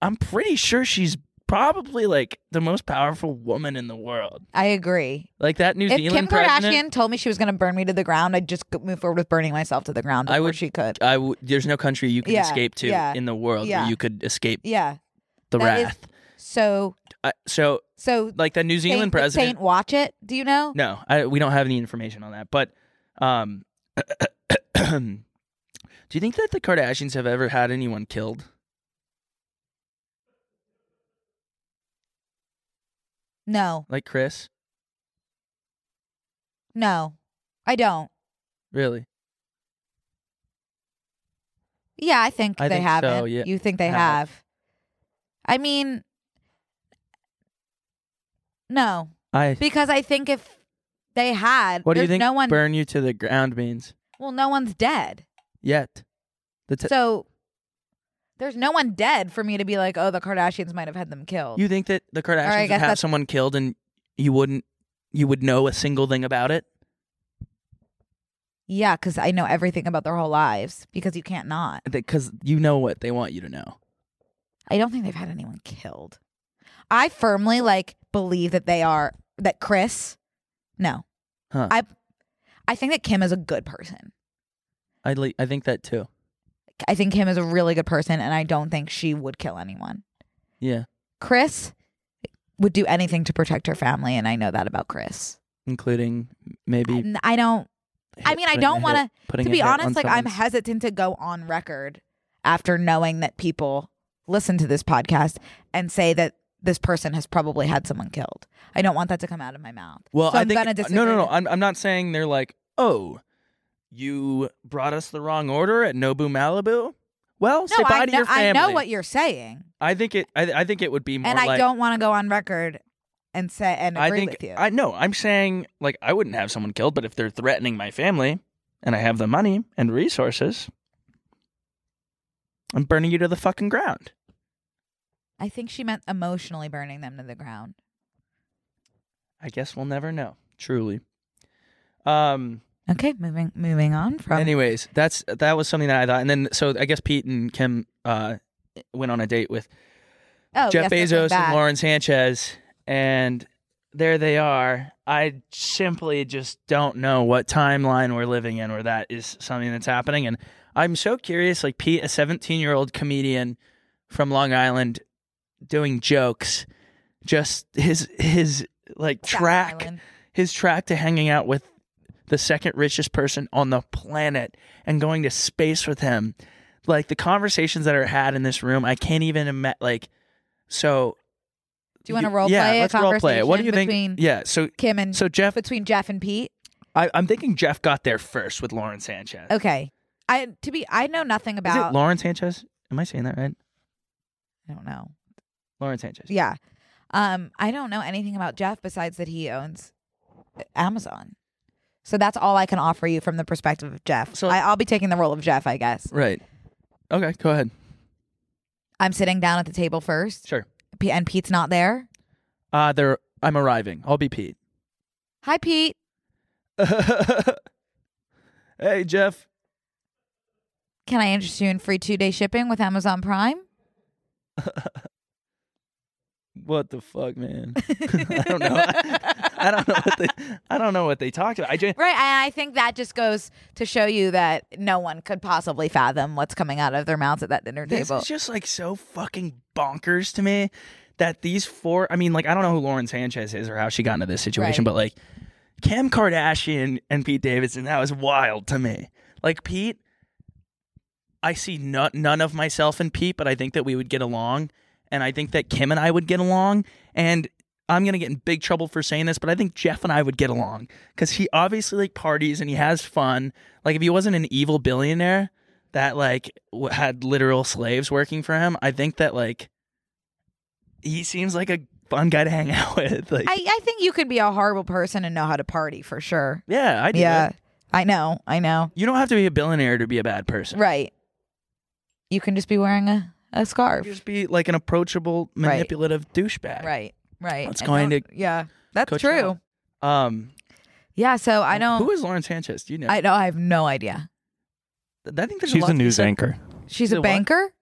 [SPEAKER 1] I'm pretty sure she's probably like the most powerful woman in the world.
[SPEAKER 2] I agree.
[SPEAKER 1] Like that New
[SPEAKER 2] If Kim
[SPEAKER 1] Zealand president,
[SPEAKER 2] Kardashian told me she was going to burn me to the ground, I'd just go- move forward with burning myself to the ground.
[SPEAKER 1] I
[SPEAKER 2] before
[SPEAKER 1] would-
[SPEAKER 2] She could.
[SPEAKER 1] I w- there's no country you could
[SPEAKER 2] Yeah,
[SPEAKER 1] escape to
[SPEAKER 2] yeah,
[SPEAKER 1] in the world
[SPEAKER 2] yeah.
[SPEAKER 1] where you could escape
[SPEAKER 2] Yeah.
[SPEAKER 1] the
[SPEAKER 2] that is-
[SPEAKER 1] wrath.
[SPEAKER 2] So
[SPEAKER 1] I, so
[SPEAKER 2] so
[SPEAKER 1] like the New Zealand
[SPEAKER 2] Saint, did
[SPEAKER 1] president.
[SPEAKER 2] Saint watch it. Do you know?
[SPEAKER 1] No, I, we don't have any information on that. But um, [COUGHS] do you think that the Kardashians have ever had anyone killed?
[SPEAKER 2] No.
[SPEAKER 1] Like Chris?
[SPEAKER 2] No. I don't.
[SPEAKER 1] Really?
[SPEAKER 2] Yeah, I think
[SPEAKER 1] I
[SPEAKER 2] they
[SPEAKER 1] think so,
[SPEAKER 2] haven't.
[SPEAKER 1] yeah.
[SPEAKER 2] You think they
[SPEAKER 1] Have.
[SPEAKER 2] have. I mean, no,
[SPEAKER 1] I.
[SPEAKER 2] because I think if they had,
[SPEAKER 1] What do you
[SPEAKER 2] there's
[SPEAKER 1] think
[SPEAKER 2] No one.
[SPEAKER 1] burn you to the ground means?
[SPEAKER 2] well, no one's dead.
[SPEAKER 1] Yet. The t-
[SPEAKER 2] so there's no one dead for me to be like, oh, the Kardashians might have had them killed.
[SPEAKER 1] you think that the Kardashians would
[SPEAKER 2] guess
[SPEAKER 1] have
[SPEAKER 2] that's-
[SPEAKER 1] someone killed and you wouldn't, you would know a single thing about it?
[SPEAKER 2] yeah, because I know everything about their whole lives because you can't not.
[SPEAKER 1] Because you know what they want you to know.
[SPEAKER 2] I don't think they've had anyone killed. I firmly like believe that they are that Chris. No,
[SPEAKER 1] Huh.
[SPEAKER 2] I. I think that Kim is a good person.
[SPEAKER 1] I, le- I think that too.
[SPEAKER 2] I think Kim is a really good person, and I don't think she would kill anyone.
[SPEAKER 1] Yeah.
[SPEAKER 2] Chris would do anything to protect her family, and I know that about Chris.
[SPEAKER 1] Including maybe.
[SPEAKER 2] And I don't. I
[SPEAKER 1] hit-
[SPEAKER 2] mean, I
[SPEAKER 1] putting a
[SPEAKER 2] don't
[SPEAKER 1] hit-
[SPEAKER 2] want to.
[SPEAKER 1] putting
[SPEAKER 2] To
[SPEAKER 1] a
[SPEAKER 2] be
[SPEAKER 1] hit on
[SPEAKER 2] honest, like I'm
[SPEAKER 1] someone's-
[SPEAKER 2] hesitant to go on record after knowing that people listen to this podcast and say that this person has probably had someone killed. I don't want that to come out of my mouth.
[SPEAKER 1] Well,
[SPEAKER 2] so
[SPEAKER 1] I
[SPEAKER 2] am
[SPEAKER 1] think uh,
[SPEAKER 2] gonna disagree.
[SPEAKER 1] no, no, no. I'm I'm not saying they're like, oh, you brought us the wrong order at Nobu Malibu. Well, say
[SPEAKER 2] No,
[SPEAKER 1] bye
[SPEAKER 2] I
[SPEAKER 1] to
[SPEAKER 2] know,
[SPEAKER 1] your family.
[SPEAKER 2] I know what you're saying,
[SPEAKER 1] I think it. I, I think it would be more
[SPEAKER 2] and
[SPEAKER 1] like.
[SPEAKER 2] I don't want to go on record and say and agree
[SPEAKER 1] I think
[SPEAKER 2] with you.
[SPEAKER 1] I no. I'm saying like I wouldn't have someone killed, but if they're threatening my family and I have the money and resources, I'm burning you to the fucking ground.
[SPEAKER 2] I think she meant emotionally burning them to the ground.
[SPEAKER 1] I guess we'll never know. Truly. Um.
[SPEAKER 2] Okay, moving moving on from
[SPEAKER 1] Anyways, that's that was something that I thought, and then so I guess Pete and Kim uh went on a date with
[SPEAKER 2] oh,
[SPEAKER 1] Jeff
[SPEAKER 2] yes, they're going
[SPEAKER 1] Bezos and
[SPEAKER 2] back.
[SPEAKER 1] Lauren Sanchez, and there they are. I simply just don't know what timeline we're living in where that is something that's happening. And I'm so curious, like Pete, a 17 year old comedian from Long Island doing jokes, just his, his like
[SPEAKER 2] Staten
[SPEAKER 1] track,
[SPEAKER 2] Island.
[SPEAKER 1] his track to hanging out with the second richest person on the planet and going to space with him. Like the conversations that are had in this room, I can't even imagine. Like, so.
[SPEAKER 2] Do you want to role
[SPEAKER 1] yeah,
[SPEAKER 2] play a
[SPEAKER 1] let's role play it. What do you think?
[SPEAKER 2] conversation between
[SPEAKER 1] Yeah, so
[SPEAKER 2] Kim and
[SPEAKER 1] so Jeff
[SPEAKER 2] between Jeff and Pete?
[SPEAKER 1] I, I'm thinking Jeff got there first with Lauren Sanchez.
[SPEAKER 2] Okay. I to be I know nothing
[SPEAKER 1] Is
[SPEAKER 2] about
[SPEAKER 1] it Lauren Sanchez? Am I saying that right?
[SPEAKER 2] I don't know.
[SPEAKER 1] Lauren Sanchez.
[SPEAKER 2] Yeah. Um, I don't know anything about Jeff besides that he owns uh, Amazon. So that's all I can offer you from the perspective of Jeff.
[SPEAKER 1] So-
[SPEAKER 2] So I, I'll be taking the role of Jeff, I guess.
[SPEAKER 1] Right. Okay, go ahead.
[SPEAKER 2] I'm sitting down at the table first,
[SPEAKER 1] Sure.
[SPEAKER 2] P- and Pete's not there.
[SPEAKER 1] Uh there I'm arriving. I'll be Pete. [LAUGHS]
[SPEAKER 2] Hi, Pete.
[SPEAKER 1] hey Jeff.
[SPEAKER 2] Can I interest you in free two day shipping with Amazon Prime?
[SPEAKER 1] What the fuck, man? [LAUGHS] I don't know. [LAUGHS] I, don't know what they I don't know what they talked about. I just
[SPEAKER 2] Right. And I think that just goes to show you that no one could possibly fathom what's coming out of their mouths at that dinner
[SPEAKER 1] This
[SPEAKER 2] table.
[SPEAKER 1] is just like so fucking bonkers to me that these four. I mean, like I don't know who Lauren Sanchez is or how she got into this situation,
[SPEAKER 2] Right.
[SPEAKER 1] but like Kim Kardashian and Pete Davidson, that was wild to me. Like Pete, I see no, none of myself in Pete, but I think that we would get along, and I think that Kim and I would get along, and. I'm gonna get in big trouble for saying this, but I think Jeff and I would get along because he obviously like parties and he has fun. Like if he wasn't an evil billionaire, that like w- had literal slaves working for him. I think that like he seems like a fun guy to hang [LAUGHS] out with. Like,
[SPEAKER 2] I, I think you could be a horrible person and know how to party for sure.
[SPEAKER 1] yeah, I do.
[SPEAKER 2] yeah.
[SPEAKER 1] it.
[SPEAKER 2] I know. I know.
[SPEAKER 1] you don't have to be a billionaire to be a bad person.
[SPEAKER 2] Right. You can just be wearing a, a scarf.
[SPEAKER 1] Just be like an approachable,
[SPEAKER 2] Right.
[SPEAKER 1] manipulative douchebag.
[SPEAKER 2] Right. Right.
[SPEAKER 1] That's
[SPEAKER 2] And
[SPEAKER 1] going
[SPEAKER 2] don't-
[SPEAKER 1] to
[SPEAKER 2] Yeah. That's
[SPEAKER 1] Coachella.
[SPEAKER 2] true.
[SPEAKER 1] Um,
[SPEAKER 2] Yeah. So I don't
[SPEAKER 1] Who is Lauren Sanchez? Do you know?
[SPEAKER 2] I know I have no idea.
[SPEAKER 1] Th- I think there's
[SPEAKER 7] She's
[SPEAKER 1] a, lot
[SPEAKER 7] a
[SPEAKER 1] to be
[SPEAKER 7] news
[SPEAKER 1] said-
[SPEAKER 7] anchor.
[SPEAKER 2] She's
[SPEAKER 1] She's a
[SPEAKER 2] a
[SPEAKER 1] what?
[SPEAKER 2] banker?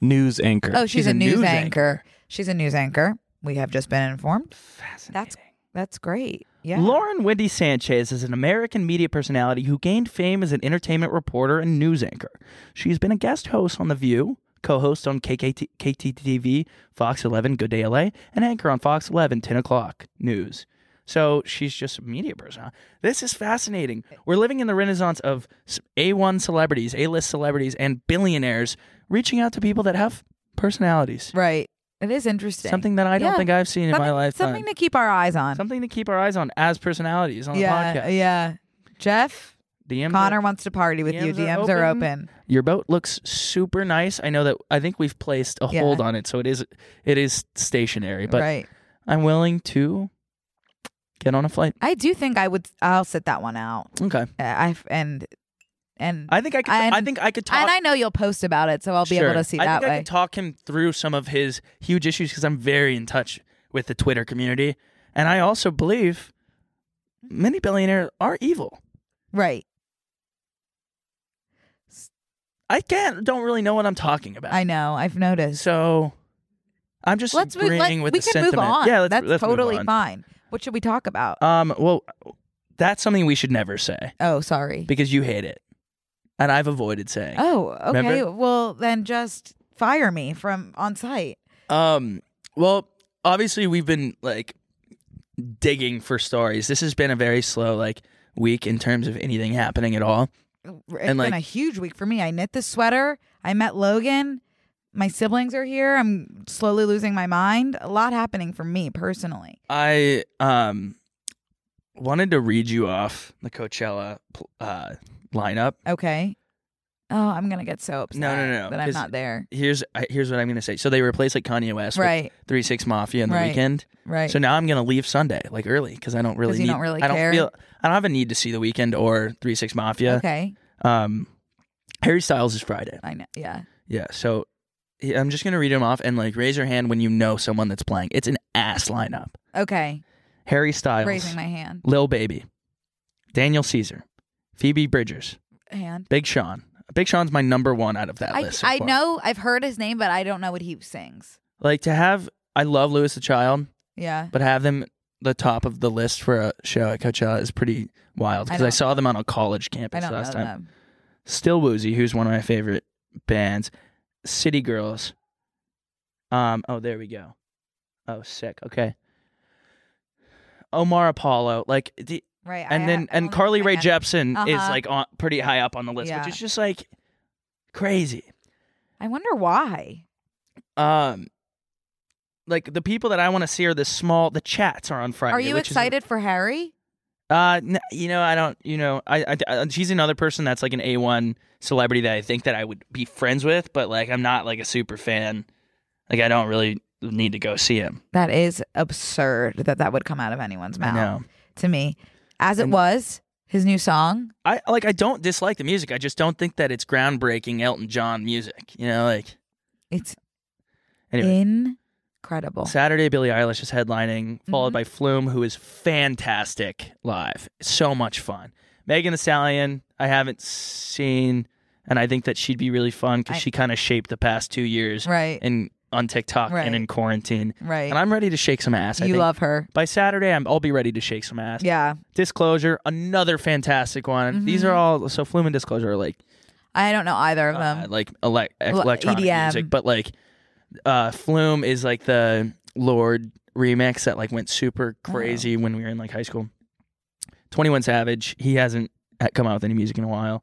[SPEAKER 7] News anchor.
[SPEAKER 2] Oh, she's, a, news, anchor.
[SPEAKER 1] anchor.
[SPEAKER 2] She's a news anchor. We have just been informed.
[SPEAKER 1] Fascinating.
[SPEAKER 2] That's that's great. Yeah.
[SPEAKER 1] Lauren Wendy Sanchez is an American media personality who gained fame as an entertainment reporter and news anchor. She's been a guest host on The View, co host on KKT- KTTV, Fox 11, Good Day LA, and anchor on Fox 11, 10 o'clock news. So she's just a media person. huh? This is fascinating. We're living in the renaissance of s- A1 celebrities, A list celebrities, and billionaires reaching out to people that have personalities.
[SPEAKER 2] Right. It is interesting.
[SPEAKER 1] Something that I don't
[SPEAKER 2] Yeah.
[SPEAKER 1] think I've seen in my
[SPEAKER 2] Something-
[SPEAKER 1] lifetime.
[SPEAKER 2] Something to keep our eyes on.
[SPEAKER 1] Something to keep our eyes on as personalities on
[SPEAKER 2] yeah,
[SPEAKER 1] the podcast.
[SPEAKER 2] yeah. Jeff
[SPEAKER 1] DMs are-
[SPEAKER 2] Connor wants to party with you.
[SPEAKER 1] DMs are
[SPEAKER 2] DMs are
[SPEAKER 1] open.
[SPEAKER 2] open.
[SPEAKER 1] your boat looks super nice. I know that I think we've placed a
[SPEAKER 2] Yeah.
[SPEAKER 1] hold on it, so it is it is stationary. But
[SPEAKER 2] right.
[SPEAKER 1] I'm willing to get on a flight.
[SPEAKER 2] I do think I would. I'll sit that one out.
[SPEAKER 1] Okay,
[SPEAKER 2] Uh, I and and
[SPEAKER 1] I think I could.
[SPEAKER 2] And-
[SPEAKER 1] I think I could talk.
[SPEAKER 2] and I know you'll post about it, so I'll be
[SPEAKER 1] Sure.
[SPEAKER 2] able to see
[SPEAKER 1] I
[SPEAKER 2] that
[SPEAKER 1] think I
[SPEAKER 2] way.
[SPEAKER 1] could talk him through some of his huge issues because I'm very in touch with the Twitter community, and I also believe many billionaires are evil.
[SPEAKER 2] right.
[SPEAKER 1] I can't. Don't really know what I'm talking about.
[SPEAKER 2] I know. I've noticed.
[SPEAKER 1] So I'm just
[SPEAKER 2] Let's move.
[SPEAKER 1] agreeing
[SPEAKER 2] Let,
[SPEAKER 1] with
[SPEAKER 2] we
[SPEAKER 1] the
[SPEAKER 2] can
[SPEAKER 1] sentiment.
[SPEAKER 2] move on.
[SPEAKER 1] Yeah, let's,
[SPEAKER 2] that's
[SPEAKER 1] let's move
[SPEAKER 2] totally
[SPEAKER 1] on.
[SPEAKER 2] fine. What should we talk about?
[SPEAKER 1] Um, well, that's something we should never say
[SPEAKER 2] oh, sorry.
[SPEAKER 1] because you hate it, and I've avoided saying.
[SPEAKER 2] Oh, okay.
[SPEAKER 1] Remember?
[SPEAKER 2] Well, then just fire me from on site.
[SPEAKER 1] Um, well, obviously we've been like digging for stories. This has been a very slow like week in terms of anything happening at all.
[SPEAKER 2] It's
[SPEAKER 1] And,
[SPEAKER 2] been
[SPEAKER 1] like-
[SPEAKER 2] a huge week for me. I knit this sweater. I met Logan. My siblings are here. I'm slowly losing my mind. A lot happening for me personally.
[SPEAKER 1] I um wanted to read you off the Coachella pl- uh, lineup.
[SPEAKER 2] Okay. Oh, I'm gonna get so upset.
[SPEAKER 1] No, no, no, no,
[SPEAKER 2] That I'm
[SPEAKER 1] 'cause-
[SPEAKER 2] not there.
[SPEAKER 1] Here's I- here's what I'm gonna say. So they replaced like Kanye West
[SPEAKER 2] Right.
[SPEAKER 1] with Three Six Mafia in the
[SPEAKER 2] Right.
[SPEAKER 1] weekend.
[SPEAKER 2] Right.
[SPEAKER 1] So now I'm gonna leave Sunday like early because I don't really
[SPEAKER 2] 'Cause
[SPEAKER 1] need.
[SPEAKER 2] you don't really
[SPEAKER 1] I don't
[SPEAKER 2] care?
[SPEAKER 1] feel. I don't have a need to see the weekend or Three Six Mafia.
[SPEAKER 2] Okay.
[SPEAKER 1] Um, Harry Styles is Friday.
[SPEAKER 2] I know. Yeah.
[SPEAKER 1] Yeah. So he- I'm just gonna read him off and like raise your hand when you know someone that's playing. It's an ass lineup.
[SPEAKER 2] Okay.
[SPEAKER 1] Harry Styles,
[SPEAKER 2] Raising my hand.
[SPEAKER 1] Lil Baby, Daniel Caesar, Phoebe Bridgers,
[SPEAKER 2] Hand.
[SPEAKER 1] Big Sean. Big Sean's my number one out of that
[SPEAKER 2] I,
[SPEAKER 1] list. so
[SPEAKER 2] I
[SPEAKER 1] far.
[SPEAKER 2] know I've heard his name, but I don't know what he sings.
[SPEAKER 1] Like to have. I love Lewis the Child,
[SPEAKER 2] Yeah.
[SPEAKER 1] but have them the top of the list for a show at Coachella is pretty wild
[SPEAKER 2] I
[SPEAKER 1] because I,
[SPEAKER 2] know.
[SPEAKER 1] saw them on a college
[SPEAKER 2] I
[SPEAKER 1] campus
[SPEAKER 2] don't know
[SPEAKER 1] last time.
[SPEAKER 2] them.
[SPEAKER 1] Still Woozy, who's one of my favorite bands, City Girls. Um, oh, there we go. Oh, sick. Okay. Omar Apollo, like the,
[SPEAKER 2] Right. I
[SPEAKER 1] and
[SPEAKER 2] ha-
[SPEAKER 1] then
[SPEAKER 2] I
[SPEAKER 1] and
[SPEAKER 2] don't
[SPEAKER 1] Carly
[SPEAKER 2] think I
[SPEAKER 1] Rae
[SPEAKER 2] have-
[SPEAKER 1] Jepsen is
[SPEAKER 2] Uh-huh.
[SPEAKER 1] like on, pretty high up on the list,
[SPEAKER 2] Yeah.
[SPEAKER 1] which is just like crazy.
[SPEAKER 2] I wonder why.
[SPEAKER 1] Um, like the people that I want to see are the small. The chats are on Friday.
[SPEAKER 2] Are you
[SPEAKER 1] which is-
[SPEAKER 2] excited for Harry?
[SPEAKER 1] Uh, n- you know, I don't. You know, I, I, I- she's another person that's like an A one celebrity that I think that I would be friends with, but like I'm not like a super fan. Like I don't really need to go see him.
[SPEAKER 2] That is absurd that that would come out of anyone's
[SPEAKER 1] I
[SPEAKER 2] mouth
[SPEAKER 1] know.
[SPEAKER 2] to me. As it
[SPEAKER 1] And-
[SPEAKER 2] was, his new song.
[SPEAKER 1] I like. I don't dislike the music. I just don't think that it's groundbreaking Elton John music. You know, like
[SPEAKER 2] It's
[SPEAKER 1] anyway.
[SPEAKER 2] incredible.
[SPEAKER 1] Saturday, Billie Eilish is headlining, followed by Flume, who is fantastic live. So much fun. Megan the Stallion, I haven't seen, and I think that she'd be really fun
[SPEAKER 2] I-
[SPEAKER 1] because she kind of shaped the past two years
[SPEAKER 2] Right.
[SPEAKER 1] in on TikTok
[SPEAKER 2] Right.
[SPEAKER 1] and in quarantine.
[SPEAKER 2] right.
[SPEAKER 1] And I'm ready to shake some ass. I
[SPEAKER 2] you
[SPEAKER 1] think.
[SPEAKER 2] love her.
[SPEAKER 1] by Saturday, I'm, I'll be ready to shake some ass.
[SPEAKER 2] Yeah.
[SPEAKER 1] Disclosure, another fantastic one. These are all so Flume and Disclosure are like
[SPEAKER 2] I don't know either Mm-hmm. of them.
[SPEAKER 1] uh, like elec
[SPEAKER 2] Well, E
[SPEAKER 1] electronic
[SPEAKER 2] EDM.
[SPEAKER 1] music, but like uh, Flume is like the Lord remix that like went super
[SPEAKER 2] Oh.
[SPEAKER 1] crazy when we were in like high school. Twenty One Savage, he hasn't ha- come out with any music in a while,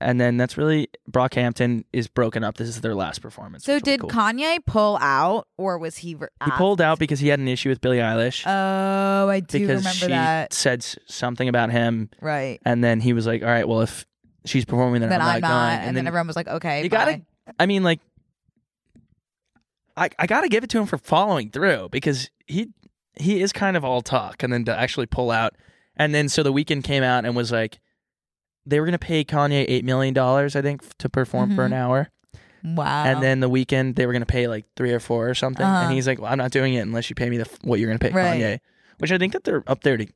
[SPEAKER 1] and then that's really Brockhampton is broken up. This is their last performance.
[SPEAKER 2] so
[SPEAKER 1] which will be
[SPEAKER 2] did
[SPEAKER 1] cool.
[SPEAKER 2] Kanye pull out or was he re-
[SPEAKER 1] he pulled out because he had an issue with Billie Eilish
[SPEAKER 2] Oh, I do
[SPEAKER 1] because
[SPEAKER 2] remember
[SPEAKER 1] she
[SPEAKER 2] that.
[SPEAKER 1] said s- something about him,
[SPEAKER 2] Right.
[SPEAKER 1] and then he was like, "All right, well if." She's performing, then,
[SPEAKER 2] then
[SPEAKER 1] I'm not, going.
[SPEAKER 2] And, then, everyone was like, okay.
[SPEAKER 1] you gotta
[SPEAKER 2] bye.
[SPEAKER 1] i mean like I, I gotta give it to him for following through because he he is kind of all talk and then to actually pull out and then so the weekend came out and was like they were gonna pay kanye eight million dollars i think f- to perform for an
[SPEAKER 2] Mm-hmm.
[SPEAKER 1] hour
[SPEAKER 2] Wow.
[SPEAKER 1] and then the weekend they were gonna pay like three or four or something
[SPEAKER 2] Uh-huh.
[SPEAKER 1] and he's like well i'm not doing it unless you pay me the f- what you're gonna pay
[SPEAKER 2] Right.
[SPEAKER 1] kanye which i think that they're up there to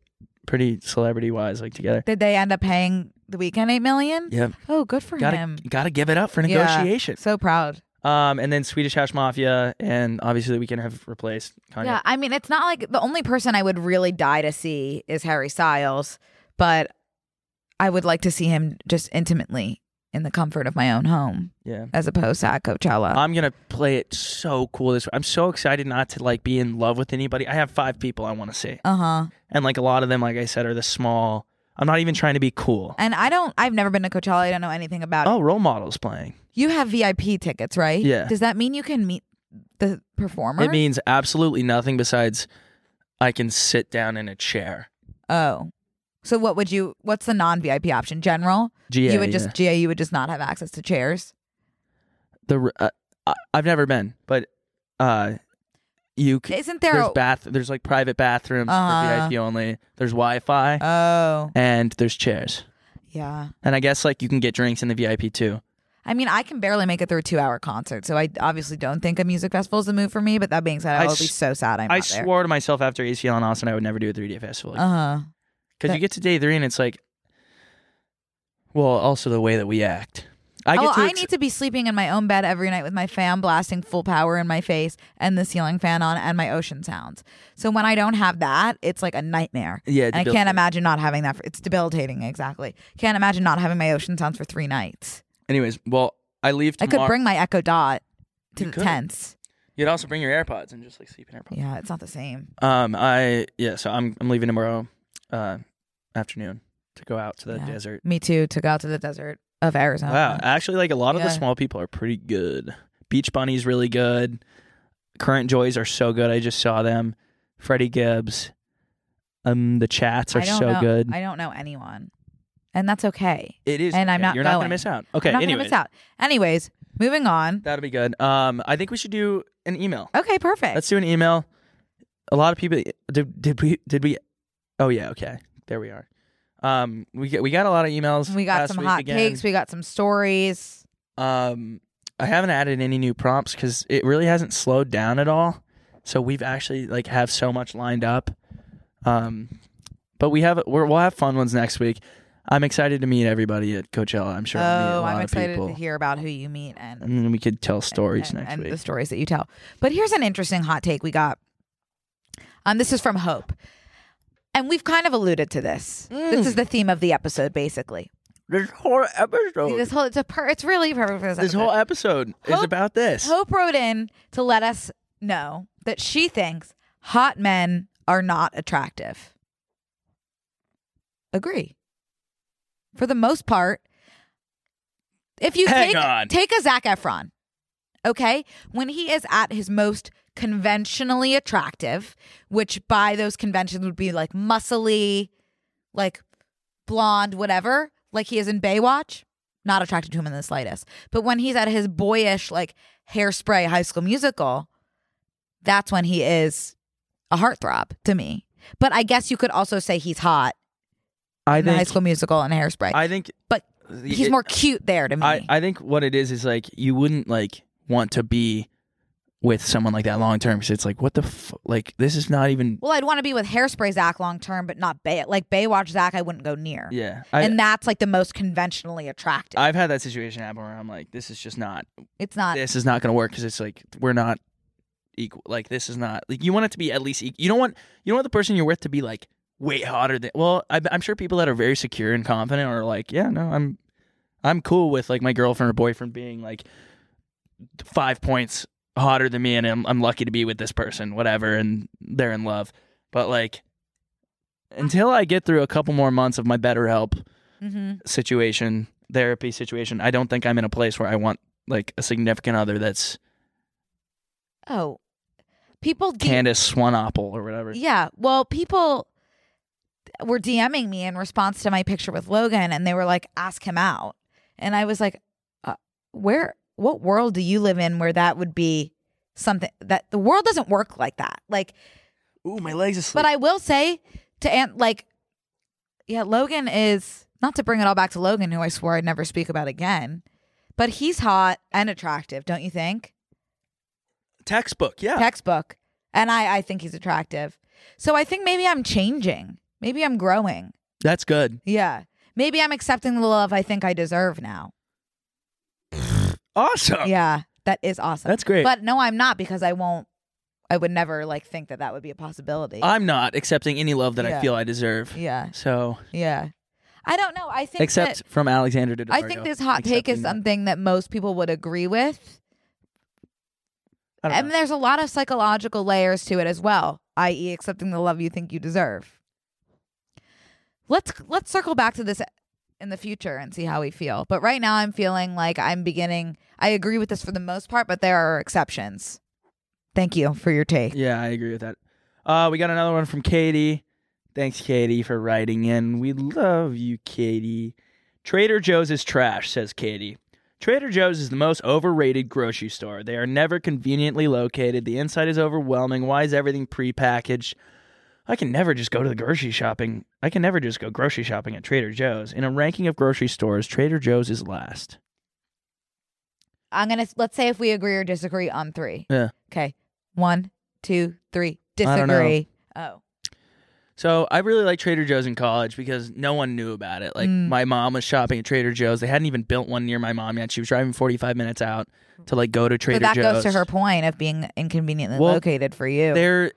[SPEAKER 1] pretty celebrity wise like together
[SPEAKER 2] Did they end up paying the weekend eight million?
[SPEAKER 1] yeah
[SPEAKER 2] Oh, good for
[SPEAKER 1] gotta
[SPEAKER 2] him.
[SPEAKER 1] gotta give it up for
[SPEAKER 2] Yeah.
[SPEAKER 1] negotiation
[SPEAKER 2] So proud.
[SPEAKER 1] um, and then Swedish House Mafia, and obviously the weekend have replaced Kanye.
[SPEAKER 2] Yeah, I mean, it's not like the only person I would really die to see is Harry Styles, but I would like to see him just intimately in the comfort of my own home
[SPEAKER 1] Yeah.
[SPEAKER 2] as opposed to at Coachella.
[SPEAKER 1] I'm gonna play it so cool this. I'm so excited not to like be in love with anybody. I have five people I want to see,
[SPEAKER 2] Uh huh.
[SPEAKER 1] and like a lot of them, like I said, are the small. I'm not even trying to be cool.
[SPEAKER 2] And I don't, I've never been to Coachella. I don't know anything about it.
[SPEAKER 1] Oh, role models playing.
[SPEAKER 2] You have VIP tickets, right?
[SPEAKER 1] Yeah.
[SPEAKER 2] Does that mean you can meet the performer?
[SPEAKER 1] It means absolutely nothing besides I can sit down in a chair.
[SPEAKER 2] oh. So what would you, what's the non VIP option? General?
[SPEAKER 1] GA,
[SPEAKER 2] you would just,
[SPEAKER 1] yeah.
[SPEAKER 2] GA, you would just not have access
[SPEAKER 1] [LAUGHS]
[SPEAKER 2] to chairs.
[SPEAKER 1] the. r- Uh, I- I've never been, but uh, you c-
[SPEAKER 2] Isn't there
[SPEAKER 1] there's
[SPEAKER 2] a-
[SPEAKER 1] bath there's like private bathrooms
[SPEAKER 2] Uh-huh.
[SPEAKER 1] for VIP only. There's Wi-Fi
[SPEAKER 2] Oh,
[SPEAKER 1] and there's chairs.
[SPEAKER 2] yeah.
[SPEAKER 1] And I guess like you can get drinks in the VIP too.
[SPEAKER 2] I mean, I can barely make it through a two-hour concert, so I obviously don't think a music festival is the move for me. But that being said, I,
[SPEAKER 1] I
[SPEAKER 2] will be
[SPEAKER 1] s-
[SPEAKER 2] so sad I'm
[SPEAKER 1] I
[SPEAKER 2] not
[SPEAKER 1] swore to myself after ACL and Austin I would never do a 3D festival
[SPEAKER 2] there. Uh huh.
[SPEAKER 1] because
[SPEAKER 2] that-
[SPEAKER 1] you get to day three and it's like, well, also the way that we act. I
[SPEAKER 2] Oh,
[SPEAKER 1] get to.
[SPEAKER 2] I
[SPEAKER 1] ex-
[SPEAKER 2] need to be sleeping in my own bed every night with my fan blasting full power in my face and the ceiling fan on and my ocean sounds. So when I don't have that, it's like a nightmare.
[SPEAKER 1] Yeah,
[SPEAKER 2] and I
[SPEAKER 1] debilitating.
[SPEAKER 2] can't imagine not having that. For, it's debilitating. Exactly. Can't imagine not having my ocean sounds for three nights.
[SPEAKER 1] Anyways, well, I leave.
[SPEAKER 2] I
[SPEAKER 1] Tomorrow.
[SPEAKER 2] could bring my Echo Dot to
[SPEAKER 1] You
[SPEAKER 2] the
[SPEAKER 1] could.
[SPEAKER 2] tents.
[SPEAKER 1] You'd also bring your AirPods and just like sleep in AirPods.
[SPEAKER 2] Yeah, it's not the same.
[SPEAKER 1] Um, I yeah. So I'm I'm leaving tomorrow, uh, afternoon to go out to the
[SPEAKER 2] Yeah.
[SPEAKER 1] desert.
[SPEAKER 2] Me too. To go out to the desert of Arizona.
[SPEAKER 1] Wow, actually, like a lot of the
[SPEAKER 2] Yeah.
[SPEAKER 1] small people are pretty good. Beach Bunny's really good. Current Joys are so good. I just saw them. Freddie Gibbs. Um, the chats are
[SPEAKER 2] I don't
[SPEAKER 1] so
[SPEAKER 2] know,
[SPEAKER 1] good.
[SPEAKER 2] I don't know anyone, and that's okay.
[SPEAKER 1] It is,
[SPEAKER 2] And I'm
[SPEAKER 1] okay.
[SPEAKER 2] not
[SPEAKER 1] You're not
[SPEAKER 2] going.
[SPEAKER 1] gonna miss out. Okay.
[SPEAKER 2] I'm not
[SPEAKER 1] anyway,
[SPEAKER 2] gonna miss out. Anyways, moving on.
[SPEAKER 1] that'll be good. Um, I think we should do an email.
[SPEAKER 2] Okay, perfect.
[SPEAKER 1] Let's do an email. A lot of people did. Did we? Did we? Oh yeah. Okay. There we are. Um, we get, we got a lot of emails.
[SPEAKER 2] we got
[SPEAKER 1] last
[SPEAKER 2] some
[SPEAKER 1] week
[SPEAKER 2] hot
[SPEAKER 1] again.
[SPEAKER 2] cakes. We got some stories.
[SPEAKER 1] Um, I haven't added any new prompts because it really hasn't slowed down at all. So we've actually like have so much lined up. Um, but we have we're, we'll have fun ones next week. I'm excited to meet everybody at Coachella. I'm sure. I'll meet a
[SPEAKER 2] oh,
[SPEAKER 1] lot
[SPEAKER 2] I'm
[SPEAKER 1] of
[SPEAKER 2] excited
[SPEAKER 1] people.
[SPEAKER 2] to hear about who you meet and
[SPEAKER 1] And then we could tell stories
[SPEAKER 2] and,
[SPEAKER 1] next
[SPEAKER 2] and
[SPEAKER 1] week.
[SPEAKER 2] the stories that you tell. But here's an interesting hot take we got. Um, this is from Hope. And we've kind of alluded to this. This
[SPEAKER 1] Mm.
[SPEAKER 2] is the theme of the episode, basically.
[SPEAKER 1] This whole episode.
[SPEAKER 2] This whole it's a per, it's really perfect for this.
[SPEAKER 1] Oh. This whole episode is
[SPEAKER 2] Hope-
[SPEAKER 1] about this.
[SPEAKER 2] Hope wrote in to let us know that she thinks hot men are not attractive. Agree. For the most part, if you
[SPEAKER 1] Hang
[SPEAKER 2] take
[SPEAKER 1] on.
[SPEAKER 2] take a Zac Efron, okay, when he is at his most conventionally attractive, which by those conventions would be like muscly, like blonde, whatever, like he is in Baywatch, not attracted to him in the slightest. But when he's at his boyish, like hairspray high school musical, that's when he is a heartthrob to me. But I guess you could also say he's hot
[SPEAKER 1] I
[SPEAKER 2] in the high
[SPEAKER 1] think.
[SPEAKER 2] school musical and hairspray.
[SPEAKER 1] I think. uh,
[SPEAKER 2] but he's
[SPEAKER 1] it-
[SPEAKER 2] more cute there to me.
[SPEAKER 1] I, I think what it is is like you wouldn't like want to be with someone like that long term because it's like what the f- like this is not even
[SPEAKER 2] well, I'd want to be with hairspray Zach long term, but not Bay like Baywatch Zach, I wouldn't go near.
[SPEAKER 1] yeah. I,
[SPEAKER 2] and that's like the most conventionally attractive.
[SPEAKER 1] I've had that situation happen where I'm like this is just not
[SPEAKER 2] it's not
[SPEAKER 1] this is not going to work because it's like we're not equal. Like this is not like you want it to be at least equal. you don't want you don't want the person you're with to be like way hotter than. Well, I, I'm sure people that are very secure and confident are like, yeah, no, I'm I'm cool with like my girlfriend or boyfriend being like five points hotter than me, and I'm I'm lucky to be with this person, whatever, and they're in love. But like until I get through a couple more months of my better help
[SPEAKER 2] Mhm.
[SPEAKER 1] situation, therapy situation, I don't think I'm in a place where I want like a significant other that's
[SPEAKER 2] Oh. People do
[SPEAKER 1] Candace Swanopple or whatever.
[SPEAKER 2] Yeah. Well, people were DMing me in response to my picture with Logan and they were like, ask him out. And I was like, uh, where, what world do you live in where that would be something that the world doesn't work like that? Like,
[SPEAKER 1] Ooh, my legs are
[SPEAKER 2] but I will say to Aunt, like, yeah, Logan is not to bring it all back to Logan, who I swore I'd never speak about again, but he's hot and attractive, don't you think?
[SPEAKER 1] textbook. [LAUGHS] Yeah.
[SPEAKER 2] textbook and I, I think he's attractive so i think maybe i'm changing maybe i'm growing
[SPEAKER 1] that's good.
[SPEAKER 2] yeah maybe i'm accepting the love i think i deserve now
[SPEAKER 1] Awesome.
[SPEAKER 2] yeah that is awesome
[SPEAKER 1] Oh. That's great.
[SPEAKER 2] but no i'm not because i won't i would never like think that that would be a possibility
[SPEAKER 1] I'm not accepting any love that I
[SPEAKER 2] Yeah.
[SPEAKER 1] feel I deserve.
[SPEAKER 2] yeah
[SPEAKER 1] So,
[SPEAKER 2] yeah i don't know i think
[SPEAKER 1] except
[SPEAKER 2] that,
[SPEAKER 1] from Alexander Daddario.
[SPEAKER 2] i think this hot take is
[SPEAKER 1] Accepting that.
[SPEAKER 2] something that most people would agree with
[SPEAKER 1] I don't
[SPEAKER 2] and
[SPEAKER 1] know.
[SPEAKER 2] there's a lot of psychological layers to it as well, i.e., accepting the love you think you deserve. Let's let's circle back to this in the future and see how we feel. But right now, I'm feeling like I'm beginning. I agree with this for the most part, but there are exceptions. Thank you for your take.
[SPEAKER 1] Yeah, I agree with that. Uh, we got another one from Katie. Thanks, Katie, for writing in. We love you, Katie. Trader Joe's is trash, says Katie. Trader Joe's is the most overrated grocery store. They are never conveniently located. The inside is overwhelming. Why is everything prepackaged? I can never just go to the grocery shopping. I can never just go grocery shopping at Trader Joe's. In a ranking of grocery stores, Trader Joe's is last.
[SPEAKER 2] I'm gonna let's say if we agree or disagree on three.
[SPEAKER 1] Yeah.
[SPEAKER 2] Okay, one, two, three.
[SPEAKER 1] I don't know.
[SPEAKER 2] Disagree. Oh,
[SPEAKER 1] So I really like Trader Joe's in college because no one knew about it. Like
[SPEAKER 2] Mm.
[SPEAKER 1] my mom was shopping at Trader Joe's. They hadn't even built one near my mom yet. She was driving 45 minutes out to like go to Trader
[SPEAKER 2] but that
[SPEAKER 1] Joe's.
[SPEAKER 2] goes to her point of being inconveniently
[SPEAKER 1] Well,
[SPEAKER 2] located for you.
[SPEAKER 1] They're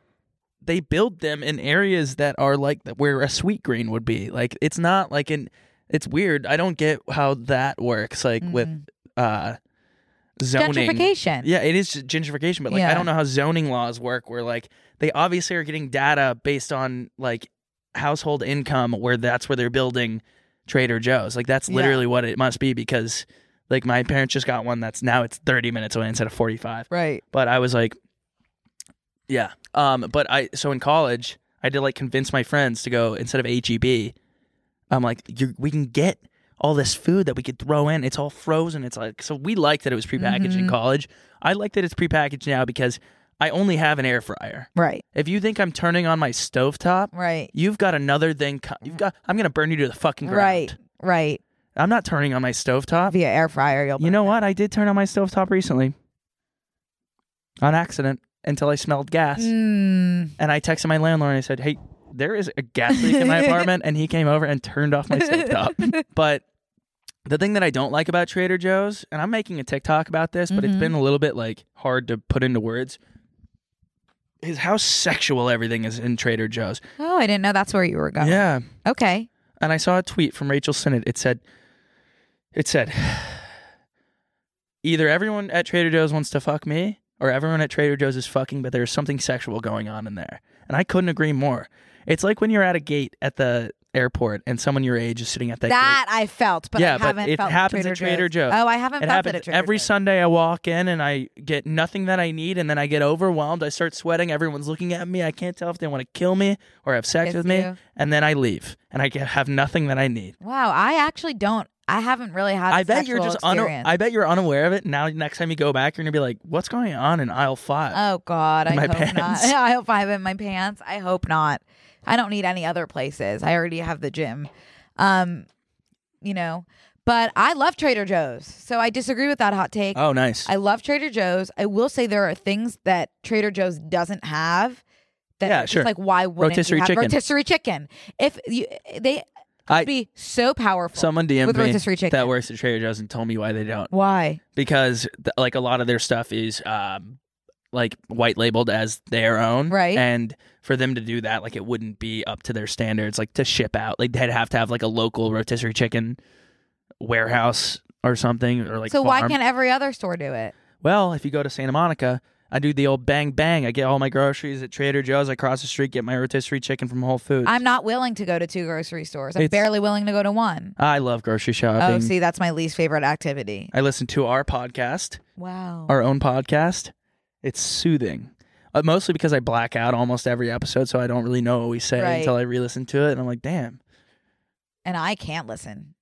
[SPEAKER 1] they build them in areas that are like where a sweet green would be. Like it's not like an it's weird. I don't get how that works like with uh zoning.
[SPEAKER 2] Mm. gentrification.
[SPEAKER 1] Yeah, it is just gentrification, but like I
[SPEAKER 2] Yeah.
[SPEAKER 1] don't know how zoning laws work where like they obviously are getting data based on like household income where that's where they're building Trader Joe's. Like that's
[SPEAKER 2] Yeah.
[SPEAKER 1] literally what it must be because like my parents just got one that's now it's 30 minutes away instead of 45.
[SPEAKER 2] Right.
[SPEAKER 1] But I was like yeah. Um but I so in college I did like convince my friends to go instead of HEB I'm like, you we can get all this food that we could throw in. It's all frozen. It's like so we liked that it was prepackaged
[SPEAKER 2] Mm-hmm.
[SPEAKER 1] in college. I like that it's prepackaged now because I only have an air fryer.
[SPEAKER 2] Right.
[SPEAKER 1] If you think I'm turning on my stovetop,
[SPEAKER 2] Right. Mm.
[SPEAKER 1] you've got another thing. Co- you've got. I'm gonna burn you to the fucking ground.
[SPEAKER 2] Right. Right.
[SPEAKER 1] I'm not turning on my stovetop.
[SPEAKER 2] via air fryer. You'll
[SPEAKER 1] You know what? I did turn on my stovetop recently, on accident, until I smelled gas.
[SPEAKER 2] Mm,
[SPEAKER 1] And I texted my landlord and I said, Hey, there is a gas leak in my apartment. And he came over and turned off my stovetop. But the thing that I don't like about Trader Joe's, and I'm making a TikTok about this, but it's been a little bit like hard to put into words, his how sexual everything is in Trader Joe's.
[SPEAKER 2] Oh, I didn't know that's where you were going.
[SPEAKER 1] Yeah.
[SPEAKER 2] Okay.
[SPEAKER 1] And I saw a tweet from Rachel Sinnott. It said, it said, either everyone at Trader Joe's wants to fuck me, or everyone at Trader Joe's is fucking, but there's something sexual going on in there. And I couldn't agree more. It's like when you're at a gate at the airport and someone your age is sitting at that,
[SPEAKER 2] That I felt, but
[SPEAKER 1] Yeah,
[SPEAKER 2] I
[SPEAKER 1] but
[SPEAKER 2] haven't
[SPEAKER 1] it
[SPEAKER 2] felt
[SPEAKER 1] happens
[SPEAKER 2] Trader
[SPEAKER 1] at Trader
[SPEAKER 2] Joe's.
[SPEAKER 1] Joe's.
[SPEAKER 2] Oh, I
[SPEAKER 1] gate.
[SPEAKER 2] haven't
[SPEAKER 1] It
[SPEAKER 2] felt it
[SPEAKER 1] happens
[SPEAKER 2] at Trader
[SPEAKER 1] every
[SPEAKER 2] Joe's.
[SPEAKER 1] Sunday. I walk in and I get nothing that I need, and then I get overwhelmed. I start sweating. Everyone's looking at me. I can't tell if they want to kill me or have sex
[SPEAKER 2] It's
[SPEAKER 1] with me.
[SPEAKER 2] you.
[SPEAKER 1] And then I leave, and I get, have nothing that I need.
[SPEAKER 2] Wow, I actually don't. I haven't really had.
[SPEAKER 1] I
[SPEAKER 2] a
[SPEAKER 1] bet you're
[SPEAKER 2] sexual
[SPEAKER 1] just una-
[SPEAKER 2] experience.
[SPEAKER 1] I bet you're unaware of it. Now next time you go back, you're gonna be like, "What's going on in aisle five?
[SPEAKER 2] Oh God, I
[SPEAKER 1] my
[SPEAKER 2] hope
[SPEAKER 1] pants.
[SPEAKER 2] not. [LAUGHS] I hope I have it in my pants. I hope not. I don't need any other places. I already have the gym. Um, you know, but I love Trader Joe's, so I disagree with that hot take.
[SPEAKER 1] Oh, nice.
[SPEAKER 2] I love Trader Joe's. I will say there are things that Trader Joe's doesn't have. That
[SPEAKER 1] Yeah,
[SPEAKER 2] it's
[SPEAKER 1] sure.
[SPEAKER 2] Like why wouldn't you
[SPEAKER 1] Rotisserie
[SPEAKER 2] have
[SPEAKER 1] chicken.
[SPEAKER 2] rotisserie chicken? If you, they
[SPEAKER 1] I-
[SPEAKER 2] could be so powerful.
[SPEAKER 1] Someone DM'd
[SPEAKER 2] with
[SPEAKER 1] me
[SPEAKER 2] rotisserie chicken.
[SPEAKER 1] that works at Trader Joe's and told me why they don't
[SPEAKER 2] Why?
[SPEAKER 1] because th- like a lot of their stuff is um like white labeled as their own,
[SPEAKER 2] Right.
[SPEAKER 1] And for them to do that, like it wouldn't be up to their standards, like to ship out. Like they'd have to have like a local rotisserie chicken warehouse or something, or like
[SPEAKER 2] so why
[SPEAKER 1] farm.
[SPEAKER 2] can't every other store do it?
[SPEAKER 1] Well, if you go to Santa Monica, I do the old bang bang. I get all my groceries at Trader Joe's. I cross the street, get my rotisserie chicken from Whole Foods.
[SPEAKER 2] I'm not willing to go to two grocery stores. I'm
[SPEAKER 1] It's-
[SPEAKER 2] barely willing to go to one.
[SPEAKER 1] I love grocery shopping.
[SPEAKER 2] Oh, see, that's my least favorite activity.
[SPEAKER 1] I listen to our podcast,
[SPEAKER 2] Wow.
[SPEAKER 1] our own podcast. It's soothing. Uh, mostly because I black out almost every episode, so I don't really know what we say
[SPEAKER 2] Right.
[SPEAKER 1] until I re listen to it. And I'm like, damn.
[SPEAKER 2] and I can't listen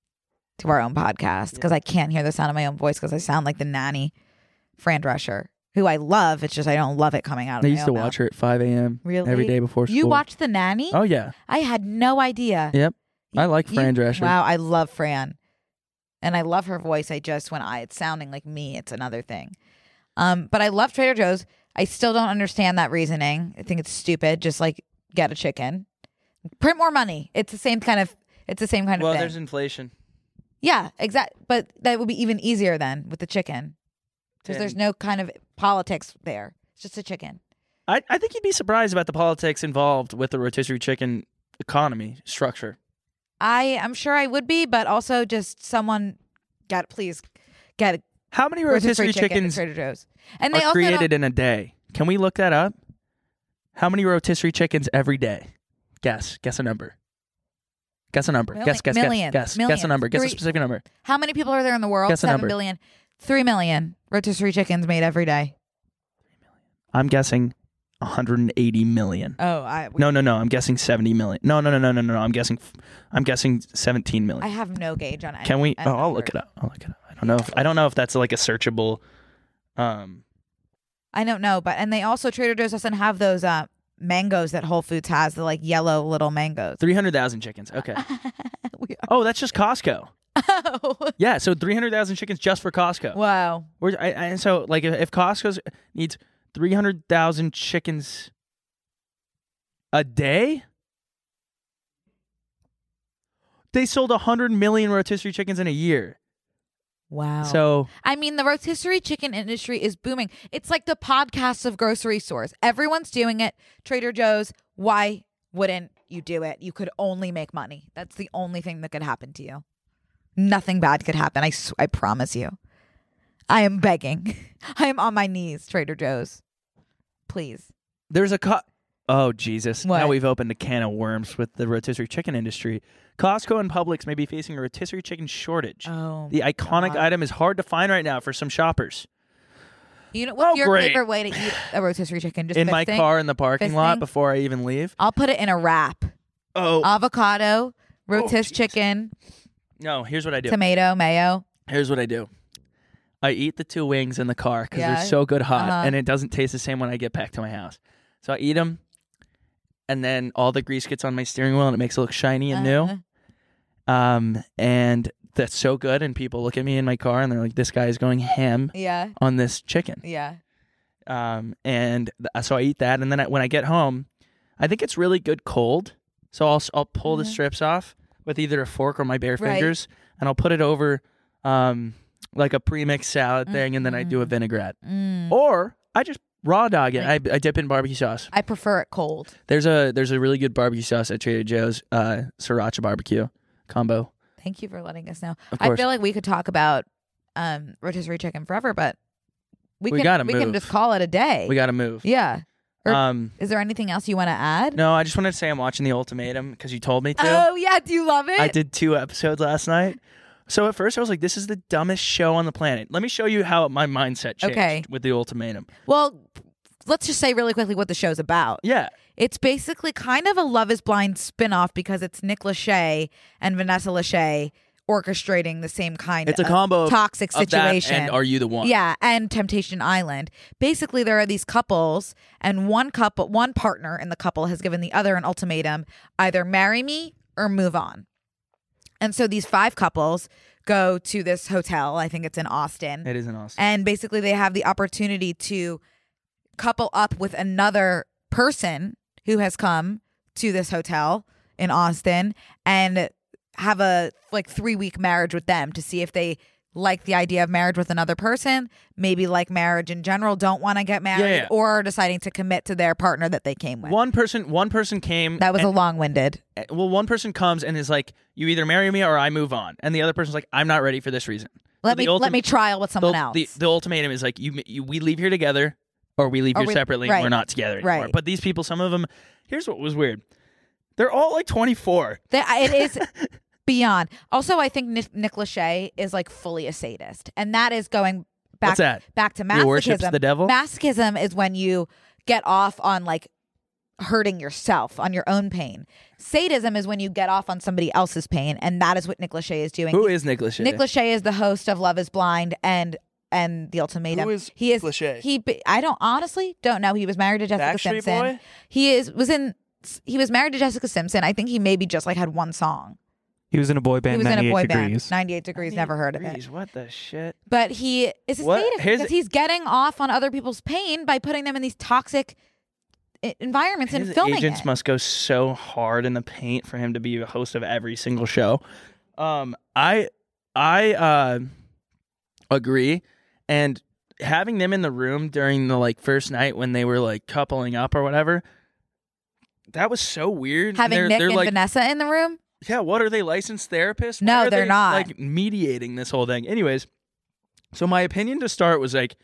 [SPEAKER 2] to our own podcast because I can't hear the sound of my own voice because I sound like the nanny, Fran Drescher, who I love. It's just I don't love it coming out of
[SPEAKER 1] I
[SPEAKER 2] my
[SPEAKER 1] used to
[SPEAKER 2] own
[SPEAKER 1] watch
[SPEAKER 2] mouth.
[SPEAKER 1] her at 5 a.m.
[SPEAKER 2] Really?
[SPEAKER 1] every day before school.
[SPEAKER 2] You watched The Nanny?
[SPEAKER 1] Oh, yeah.
[SPEAKER 2] I had no idea.
[SPEAKER 1] Yep. I
[SPEAKER 2] You-
[SPEAKER 1] like
[SPEAKER 2] you-
[SPEAKER 1] Fran Drescher.
[SPEAKER 2] Wow, I love Fran. And I love her voice. I just when I it's sounding like me, it's another thing. Um, but I love Trader Joe's. I still don't understand that reasoning. I think it's stupid. Just like get a chicken. Print more money. It's the same kind of it's the same kind
[SPEAKER 1] Well,
[SPEAKER 2] of thing.
[SPEAKER 1] there's inflation.
[SPEAKER 2] yeah, exact but that would be even easier then with the chicken. Because there's
[SPEAKER 1] And-
[SPEAKER 2] no kind of politics there. It's just a chicken.
[SPEAKER 1] I, I think you'd be surprised about the politics involved with the rotisserie chicken economy structure.
[SPEAKER 2] I I'm sure I would be, but also just someone get please get
[SPEAKER 1] How many
[SPEAKER 2] rotisserie,
[SPEAKER 1] rotisserie,
[SPEAKER 2] chicken at
[SPEAKER 1] chickens
[SPEAKER 2] Trader Joe's, and they
[SPEAKER 1] are
[SPEAKER 2] also
[SPEAKER 1] created in
[SPEAKER 2] don't-
[SPEAKER 1] a day? Can we look that up? How many rotisserie chickens every day? Guess. Guess a number. Guess a number.
[SPEAKER 2] Milli-
[SPEAKER 1] guess, guess,
[SPEAKER 2] millions.
[SPEAKER 1] guess. Guess. Guess
[SPEAKER 2] Millions.
[SPEAKER 1] a number. Guess
[SPEAKER 2] Three-
[SPEAKER 1] a specific number.
[SPEAKER 2] how many people are there in the world?
[SPEAKER 1] Guess a
[SPEAKER 2] Seven
[SPEAKER 1] number.
[SPEAKER 2] billion. Three million rotisserie chickens made every day.
[SPEAKER 1] I'm guessing 180 million.
[SPEAKER 2] Oh, I
[SPEAKER 1] no, no, no. I'm guessing 70 million. No, no, no, no, no, no. no. I'm guessing. f- I'm guessing 17 million.
[SPEAKER 2] I have no gauge on it.
[SPEAKER 1] Can we? Oh, I'll look it up. I'll look it up. I don't know. If, I don't know if that's like a searchable. Um,
[SPEAKER 2] I don't know, but and they also Trader Joe's doesn't have those uh mangoes that Whole Foods has, the like yellow little mangoes.
[SPEAKER 1] Three hundred thousand chickens. Okay.
[SPEAKER 2] [LAUGHS] We
[SPEAKER 1] oh, that's just Costco.
[SPEAKER 2] [LAUGHS] Oh,
[SPEAKER 1] Yeah, so three hundred thousand chickens just for Costco.
[SPEAKER 2] wow.
[SPEAKER 1] We're, I, I- and so, like, if, if Costco needs three hundred thousand chickens a day, they sold hundred million rotisserie chickens in a year.
[SPEAKER 2] Wow.
[SPEAKER 1] So
[SPEAKER 2] I mean, the rotisserie chicken industry is booming. It's like the podcasts of grocery stores. Everyone's doing it. Trader Joe's, why wouldn't you do it? You could only make money. That's the only thing that could happen to you. Nothing bad could happen. I, s- I promise you. I am begging. [LAUGHS] I am on my knees, Trader Joe's. Please.
[SPEAKER 1] there's a co- oh Jesus!
[SPEAKER 2] What?
[SPEAKER 1] Now we've opened a can of worms with the rotisserie chicken industry. Costco and Publix may be facing a rotisserie chicken shortage.
[SPEAKER 2] Oh,
[SPEAKER 1] the iconic
[SPEAKER 2] God.
[SPEAKER 1] item is hard to find right now for some shoppers.
[SPEAKER 2] You know what's
[SPEAKER 1] Oh,
[SPEAKER 2] your
[SPEAKER 1] great.
[SPEAKER 2] favorite way to eat a rotisserie chicken? Just
[SPEAKER 1] in my
[SPEAKER 2] fisting?
[SPEAKER 1] car in the parking lot
[SPEAKER 2] Fisting?
[SPEAKER 1] before I even leave.
[SPEAKER 2] I'll put it in a wrap.
[SPEAKER 1] Oh
[SPEAKER 2] Uh, Avocado, rotisserie
[SPEAKER 1] jeez.
[SPEAKER 2] chicken,
[SPEAKER 1] no! Here's what I do.
[SPEAKER 2] tomato, mayo.
[SPEAKER 1] Here's what I do. I eat the two wings in the car because
[SPEAKER 2] Yeah.
[SPEAKER 1] they're so good hot,
[SPEAKER 2] Uh-huh.
[SPEAKER 1] and it doesn't taste the same when I get back to my house. So I eat them, and then all the grease gets on my steering wheel, and it makes it look shiny and
[SPEAKER 2] Uh-huh.
[SPEAKER 1] new. Um, and that's so good. And people look at me in my car, and they're like, "This guy is going ham
[SPEAKER 2] Yeah.
[SPEAKER 1] on this chicken."
[SPEAKER 2] Yeah.
[SPEAKER 1] um, and th- so I eat that, and then I, when I get home, I think it's really good cold. So I'll s- I'll pull the strips off with either a fork or my bare
[SPEAKER 2] Mm-hmm. Right.
[SPEAKER 1] fingers, and I'll put it over
[SPEAKER 2] Mm-hmm. Mm.
[SPEAKER 1] um, like a pre-mixed salad thing, and then I do a vinaigrette, or I just raw dog it. I, I dip in barbecue sauce.
[SPEAKER 2] I prefer it cold.
[SPEAKER 1] There's a there's a really good barbecue sauce at Trader Joe's, uh, sriracha barbecue combo.
[SPEAKER 2] Thank you for letting us know.
[SPEAKER 1] Of
[SPEAKER 2] I
[SPEAKER 1] course.
[SPEAKER 2] feel like we could talk about um, rotisserie chicken forever, but we,
[SPEAKER 1] We
[SPEAKER 2] can
[SPEAKER 1] gotta
[SPEAKER 2] we
[SPEAKER 1] move.
[SPEAKER 2] can just call it a day.
[SPEAKER 1] we got to move.
[SPEAKER 2] yeah. Er or-
[SPEAKER 1] Um,
[SPEAKER 2] Is there anything else you want to add?
[SPEAKER 1] no, I just wanted to say I'm watching The Ultimatum because you told me to.
[SPEAKER 2] Oh yeah, do you love it?
[SPEAKER 1] I did two episodes last night. So at first I was like, "This is the dumbest show on the planet." Let me show you how my mindset changed
[SPEAKER 2] Okay.
[SPEAKER 1] with the ultimatum.
[SPEAKER 2] Well, let's just say really quickly what the show's about.
[SPEAKER 1] Yeah,
[SPEAKER 2] It's basically kind of a Love is Blind spin-off because it's Nick Lachey and Vanessa Lachey orchestrating the same kind
[SPEAKER 1] it's a
[SPEAKER 2] of
[SPEAKER 1] combo of-
[SPEAKER 2] toxic
[SPEAKER 1] of that
[SPEAKER 2] situation.
[SPEAKER 1] and are you the one?
[SPEAKER 2] Yeah, and Temptation Island. Basically, there are these couples, and one couple, one partner in the couple has given the other an ultimatum: either marry me or move on. And so these five couples go to this hotel. I think it's in Austin,
[SPEAKER 1] it isn't awesome.
[SPEAKER 2] and basically they have the opportunity to couple up with another person who has come to this hotel in Austin and have a like 3 week marriage with them to see if they like the idea of marriage with another person, maybe like marriage in general, don't want to get married
[SPEAKER 1] yeah.
[SPEAKER 2] or are deciding to commit to their partner that they came with.
[SPEAKER 1] one person, one person came.
[SPEAKER 2] that was
[SPEAKER 1] and-
[SPEAKER 2] a long-winded.
[SPEAKER 1] uh, well, one person comes and is like, "You either marry me or I move on," and the other person's like, "I'm not ready for this reason."
[SPEAKER 2] Let me
[SPEAKER 1] the ultim-
[SPEAKER 2] let me trial with someone
[SPEAKER 1] the,
[SPEAKER 2] else.
[SPEAKER 1] The, the ultimatum is like, you, you, we leave here together, or we leave
[SPEAKER 2] Or
[SPEAKER 1] here
[SPEAKER 2] we-
[SPEAKER 1] separately.
[SPEAKER 2] right.
[SPEAKER 1] and We're not together anymore.
[SPEAKER 2] Right.
[SPEAKER 1] But these people, some of them, here's what was weird: they're all like 24.
[SPEAKER 2] That I-
[SPEAKER 1] [LAUGHS]
[SPEAKER 2] it is beyond. Also, I think Nick, Nick Lachey is like fully a sadist, and that is going back
[SPEAKER 1] What's that?
[SPEAKER 2] back to
[SPEAKER 1] He worships
[SPEAKER 2] masochism.
[SPEAKER 1] the devil?
[SPEAKER 2] Masochism is when you get off on like hurting yourself on your own pain. Sadism is when you get off on somebody else's pain, and that is what Nick Lachey is doing.
[SPEAKER 1] Who is Nick Lachey?
[SPEAKER 2] Nick Lachey is the host of Love Is Blind and and The Ultimatum.
[SPEAKER 1] Who is
[SPEAKER 2] he is
[SPEAKER 1] Lachey?
[SPEAKER 2] He be- I don't honestly don't know. He was married to Jessica
[SPEAKER 1] Backstreet
[SPEAKER 2] Simpson.
[SPEAKER 1] Boy?
[SPEAKER 2] He is was in. He was married to Jessica Simpson. I think he maybe just like had one song.
[SPEAKER 7] He was in a boy band.
[SPEAKER 2] he was in
[SPEAKER 7] 98
[SPEAKER 2] a boy
[SPEAKER 7] degrees.
[SPEAKER 2] band. Ninety eight degrees. Never heard of it.
[SPEAKER 1] Jeez, What the shit?
[SPEAKER 2] But he is a
[SPEAKER 1] What?
[SPEAKER 2] sadist
[SPEAKER 1] Here's-
[SPEAKER 2] because he's getting off on other people's pain by putting them in these toxic i- environments
[SPEAKER 1] His
[SPEAKER 2] and filming
[SPEAKER 1] agents
[SPEAKER 2] it.
[SPEAKER 1] must go so hard in the paint for him to be a host of every single show. Um, I I uh, agree, and having them in the room during the like first night when they were like coupling up or whatever, that was so weird.
[SPEAKER 2] Having
[SPEAKER 1] they're,
[SPEAKER 2] Nick
[SPEAKER 1] they're
[SPEAKER 2] and
[SPEAKER 1] like,
[SPEAKER 2] Vanessa in the room.
[SPEAKER 1] yeah, what are they licensed therapists?
[SPEAKER 2] No,
[SPEAKER 1] Why are
[SPEAKER 2] they're
[SPEAKER 1] they,
[SPEAKER 2] not.
[SPEAKER 1] Like mediating this whole thing. Anyways, so my opinion to start was like,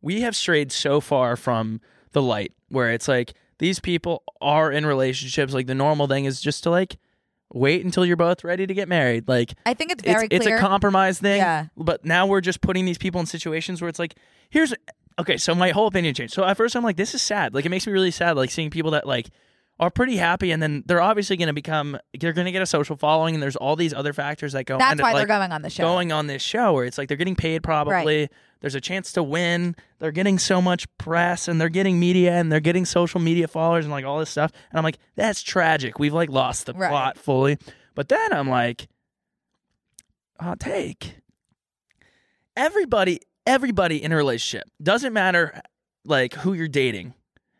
[SPEAKER 1] we have strayed so far from the light, where it's like these people are in relationships. Like the normal thing is just to like wait until you're both ready to get married. Like
[SPEAKER 2] I think it's
[SPEAKER 1] it's
[SPEAKER 2] very
[SPEAKER 1] it's
[SPEAKER 2] clear.
[SPEAKER 1] a compromise thing.
[SPEAKER 2] Yeah.
[SPEAKER 1] But now we're just putting these people in situations where it's like, here's okay. So my whole opinion changed. So at first I'm like, this is sad. Like it makes me really sad. Like seeing people that like are pretty happy and then they're obviously going to become they're going to get a social following and there's all these other factors that go.
[SPEAKER 2] That's
[SPEAKER 1] and
[SPEAKER 2] why
[SPEAKER 1] like,
[SPEAKER 2] they're going on the show.
[SPEAKER 1] Going on this show where it's like they're getting paid probably. There's a chance to win. They're getting so much press and they're getting media and they're getting social media followers and like all this stuff. And I'm like, that's tragic. We've like lost the
[SPEAKER 2] Right.
[SPEAKER 1] plot fully. But then I'm like, hot take. Everybody, everybody in a relationship doesn't matter like who you're dating,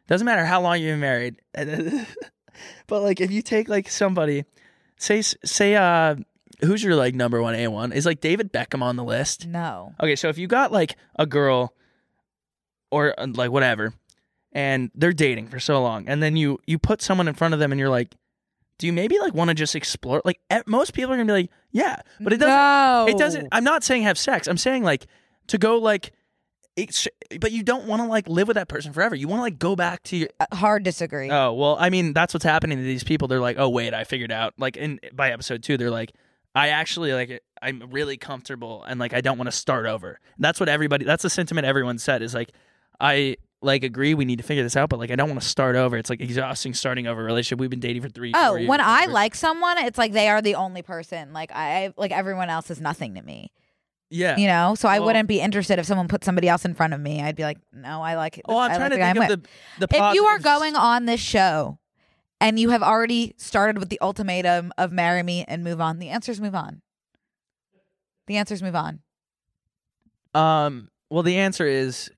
[SPEAKER 1] doesn't matter how long you've been married. [LAUGHS] but like if you take like somebody, say say uh, who's your like number one a one is like David Beckham on the list.
[SPEAKER 2] no.
[SPEAKER 1] Okay, so if you got like a girl or uh, like whatever and they're dating for so long and then you you put someone in front of them and you're like do you maybe like want to just explore like e- most people are going to be like yeah, but it doesn't it doesn't
[SPEAKER 2] No.
[SPEAKER 1] I'm not saying have sex. I'm saying like to go like it's, but you don't want to like live with that person forever. You want to like go back to your
[SPEAKER 2] Uh, Hard disagree.
[SPEAKER 1] Oh, well, I mean, that's what's happening to these people. They're like, "Oh, wait, I figured out." Like in by episode 2, they're like, "I actually like I'm really comfortable and like I don't want to start over." That's what everybody that's the sentiment everyone said is like I like agree we need to figure this out, but like I don't want to start over. It's like exhausting starting over a relationship. We've been dating for 3
[SPEAKER 2] Oh,
[SPEAKER 1] four years,
[SPEAKER 2] when I
[SPEAKER 1] whatever.
[SPEAKER 2] like someone, it's like they are the only person. Like I I- like everyone else is nothing to me.
[SPEAKER 1] Yeah.
[SPEAKER 2] You know, so I
[SPEAKER 1] Well-
[SPEAKER 2] wouldn't be interested if someone put somebody else in front of me. I'd be like, no, I like.
[SPEAKER 1] Oh, I'm
[SPEAKER 2] I
[SPEAKER 1] trying
[SPEAKER 2] like the
[SPEAKER 1] to
[SPEAKER 2] guy
[SPEAKER 1] think
[SPEAKER 2] I'm
[SPEAKER 1] of the,
[SPEAKER 2] with.
[SPEAKER 1] the
[SPEAKER 2] if you are
[SPEAKER 1] positives.
[SPEAKER 2] going on this show and you have already started with the ultimatum of marry me and move on, the answer's move on. The answer's move on.
[SPEAKER 1] Um. Well, the answer is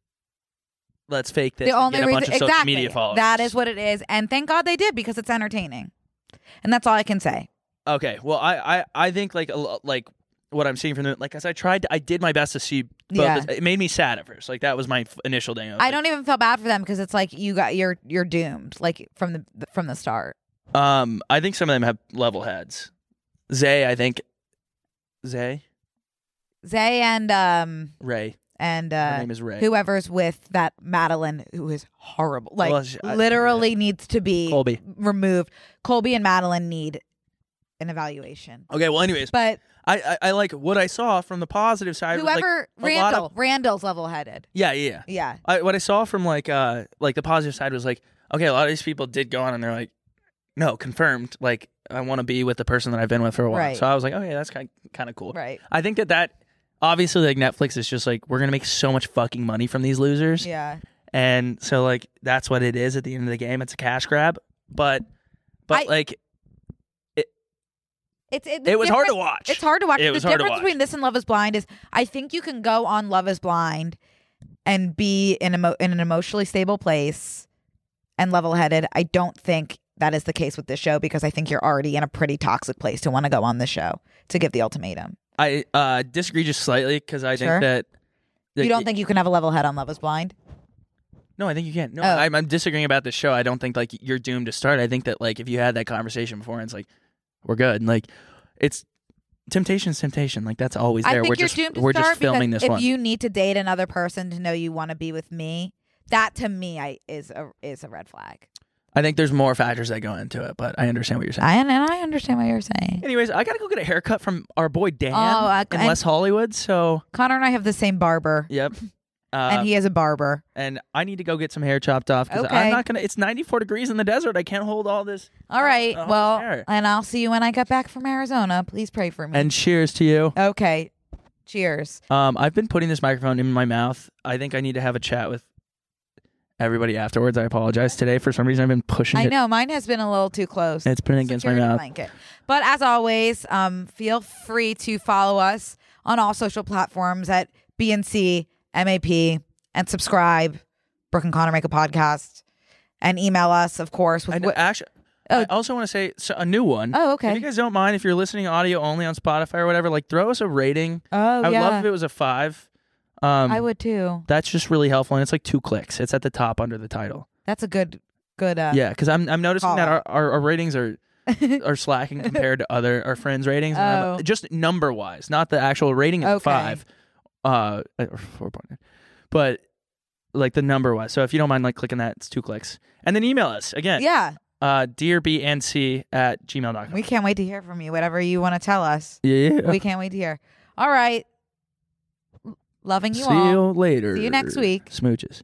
[SPEAKER 1] let's fake this.
[SPEAKER 2] the
[SPEAKER 1] and
[SPEAKER 2] only
[SPEAKER 1] get a
[SPEAKER 2] reason
[SPEAKER 1] bunch of
[SPEAKER 2] exactly
[SPEAKER 1] social media followers.
[SPEAKER 2] that is what it is, and thank God they did because it's entertaining, and that's all I can say.
[SPEAKER 1] Okay. Well, I I I think like a lo- like what I'm seeing from them. Like as I tried, to, I did my best to see. Both
[SPEAKER 2] Yeah.
[SPEAKER 1] of- it made me sad at first. Like that was my f- initial thing. was
[SPEAKER 2] I don't even feel bad for them because it's like you got you're you're doomed like from the from the start.
[SPEAKER 1] like- Um, I think some of them have level heads. Zay, I think. Zay,
[SPEAKER 2] Zay and um
[SPEAKER 1] Ray.
[SPEAKER 2] and
[SPEAKER 1] Her
[SPEAKER 2] uh
[SPEAKER 1] name is Ray.
[SPEAKER 2] whoever's with that Madeline who is horrible like
[SPEAKER 1] Well, she- I-
[SPEAKER 2] literally needs to be
[SPEAKER 1] Colby.
[SPEAKER 2] removed. Colby and Madeline need an evaluation.
[SPEAKER 1] Okay. Well, anyways,
[SPEAKER 2] But
[SPEAKER 1] I, I I like what I saw from the positive side. was, like,
[SPEAKER 2] whoever
[SPEAKER 1] a lot
[SPEAKER 2] Randall
[SPEAKER 1] of-
[SPEAKER 2] Randall's level headed.
[SPEAKER 1] yeah, yeah. yeah.
[SPEAKER 2] Yeah.
[SPEAKER 1] I, what I saw from like uh like the positive side was like okay, a lot of these people did go on and they're like, no, confirmed. Like I want to be with the person that I've been with for a while.
[SPEAKER 2] Right.
[SPEAKER 1] So I was like, okay, that's kind kind of cool.
[SPEAKER 2] Right.
[SPEAKER 1] I think that that obviously like Netflix is just like we're gonna make so much fucking money from these losers,
[SPEAKER 2] Yeah.
[SPEAKER 1] and so like that's what it is at the end of the game. It's a cash grab, but but
[SPEAKER 2] I-
[SPEAKER 1] like
[SPEAKER 2] It's it,
[SPEAKER 1] it was hard to
[SPEAKER 2] difference-
[SPEAKER 1] watch.
[SPEAKER 2] It's hard to watch.
[SPEAKER 1] It
[SPEAKER 2] the
[SPEAKER 1] was hard to
[SPEAKER 2] difference
[SPEAKER 1] watch.
[SPEAKER 2] between this and Love Is Blind is I think you can go on Love Is Blind and be in emo- in an emotionally stable place and level headed. I don't think that is the case with this show because I think you're already in a pretty toxic place to want to go on this show to give the ultimatum.
[SPEAKER 1] I uh disagree just slightly because I think
[SPEAKER 2] Sure.
[SPEAKER 1] that.
[SPEAKER 2] You don't think you can have a level head on Love Is Blind?
[SPEAKER 1] No, I think you can. No,
[SPEAKER 2] Oh.
[SPEAKER 1] I'm, I'm disagreeing about this show. I don't think like you're doomed to start. I think that like if you had that conversation before, and it's like we're good. And, like it's temptation's temptation. Like that's always
[SPEAKER 2] I
[SPEAKER 1] there.
[SPEAKER 2] think
[SPEAKER 1] we're
[SPEAKER 2] you're
[SPEAKER 1] just
[SPEAKER 2] doomed to
[SPEAKER 1] we're
[SPEAKER 2] start
[SPEAKER 1] just filming
[SPEAKER 2] because
[SPEAKER 1] this
[SPEAKER 2] if
[SPEAKER 1] one.
[SPEAKER 2] you need to date another person to know you want to be with me, that to me I is a is a red flag.
[SPEAKER 1] I think there's more factors that go into it, but I understand what you're saying.
[SPEAKER 2] I, and I understand what you're saying.
[SPEAKER 1] Anyways, I gotta go get a haircut from our boy Dan
[SPEAKER 2] Oh, I-
[SPEAKER 1] in
[SPEAKER 2] and-
[SPEAKER 1] West Hollywood. So
[SPEAKER 2] Connor and I have the same barber, [LAUGHS]
[SPEAKER 1] yep. Uh,
[SPEAKER 2] and
[SPEAKER 1] and,
[SPEAKER 2] he is a barber.
[SPEAKER 1] I need to go get some hair chopped off because
[SPEAKER 2] Okay.
[SPEAKER 1] I'm not gonna. It's 94 degrees in the desert. I can't hold all this.
[SPEAKER 2] All right,
[SPEAKER 1] oh,
[SPEAKER 2] well,
[SPEAKER 1] sure.
[SPEAKER 2] and I'll see you when I get back from Arizona. Please pray for me.
[SPEAKER 1] And cheers to you.
[SPEAKER 2] okay, cheers.
[SPEAKER 1] Um, I've been putting this microphone in my mouth. I think I need to have a chat with everybody afterwards. I apologize today for some reason. I've been pushing.
[SPEAKER 2] I
[SPEAKER 1] it.
[SPEAKER 2] know mine has been a little too close.
[SPEAKER 1] It's been against my
[SPEAKER 2] Security
[SPEAKER 1] mouth.
[SPEAKER 2] Blanket. But as always, um, feel free to follow us on all social platforms at BNC MAP and subscribe. Brooke and Connor make a podcast, and email us, of course. With
[SPEAKER 1] I know-
[SPEAKER 2] what-
[SPEAKER 1] Actually,
[SPEAKER 2] Oh.
[SPEAKER 1] I also want to say so, a new one.
[SPEAKER 2] Oh, okay.
[SPEAKER 1] If you guys don't mind, if you're listening audio only on Spotify or whatever, like throw us a rating.
[SPEAKER 2] oh
[SPEAKER 1] I would
[SPEAKER 2] yeah,
[SPEAKER 1] love if it was a five. Um,
[SPEAKER 2] I would too.
[SPEAKER 1] That's just really helpful, and it's like two clicks. It's at the top under the title.
[SPEAKER 2] That's a good, good. Uh,
[SPEAKER 1] yeah, because I'm I'm noticing
[SPEAKER 2] call
[SPEAKER 1] that our,
[SPEAKER 2] out.
[SPEAKER 1] our, our ratings are are slacking compared to other our friends' ratings. and I'm-
[SPEAKER 2] Oh.
[SPEAKER 1] just number wise, not the actual rating of
[SPEAKER 2] Okay.
[SPEAKER 1] five, uh, or four point nine, but like the number wise. So if you don't mind, like clicking that, it's two clicks, and then email us again.
[SPEAKER 2] [LAUGHS] yeah.
[SPEAKER 1] Uh, dearbnc at gmail.com.
[SPEAKER 2] We can't wait to hear from you. Whatever you want to tell us,
[SPEAKER 1] yeah.
[SPEAKER 2] we can't wait to hear. All right, loving you
[SPEAKER 1] See
[SPEAKER 2] all.
[SPEAKER 1] you later.
[SPEAKER 2] See you next week.
[SPEAKER 1] Smooches.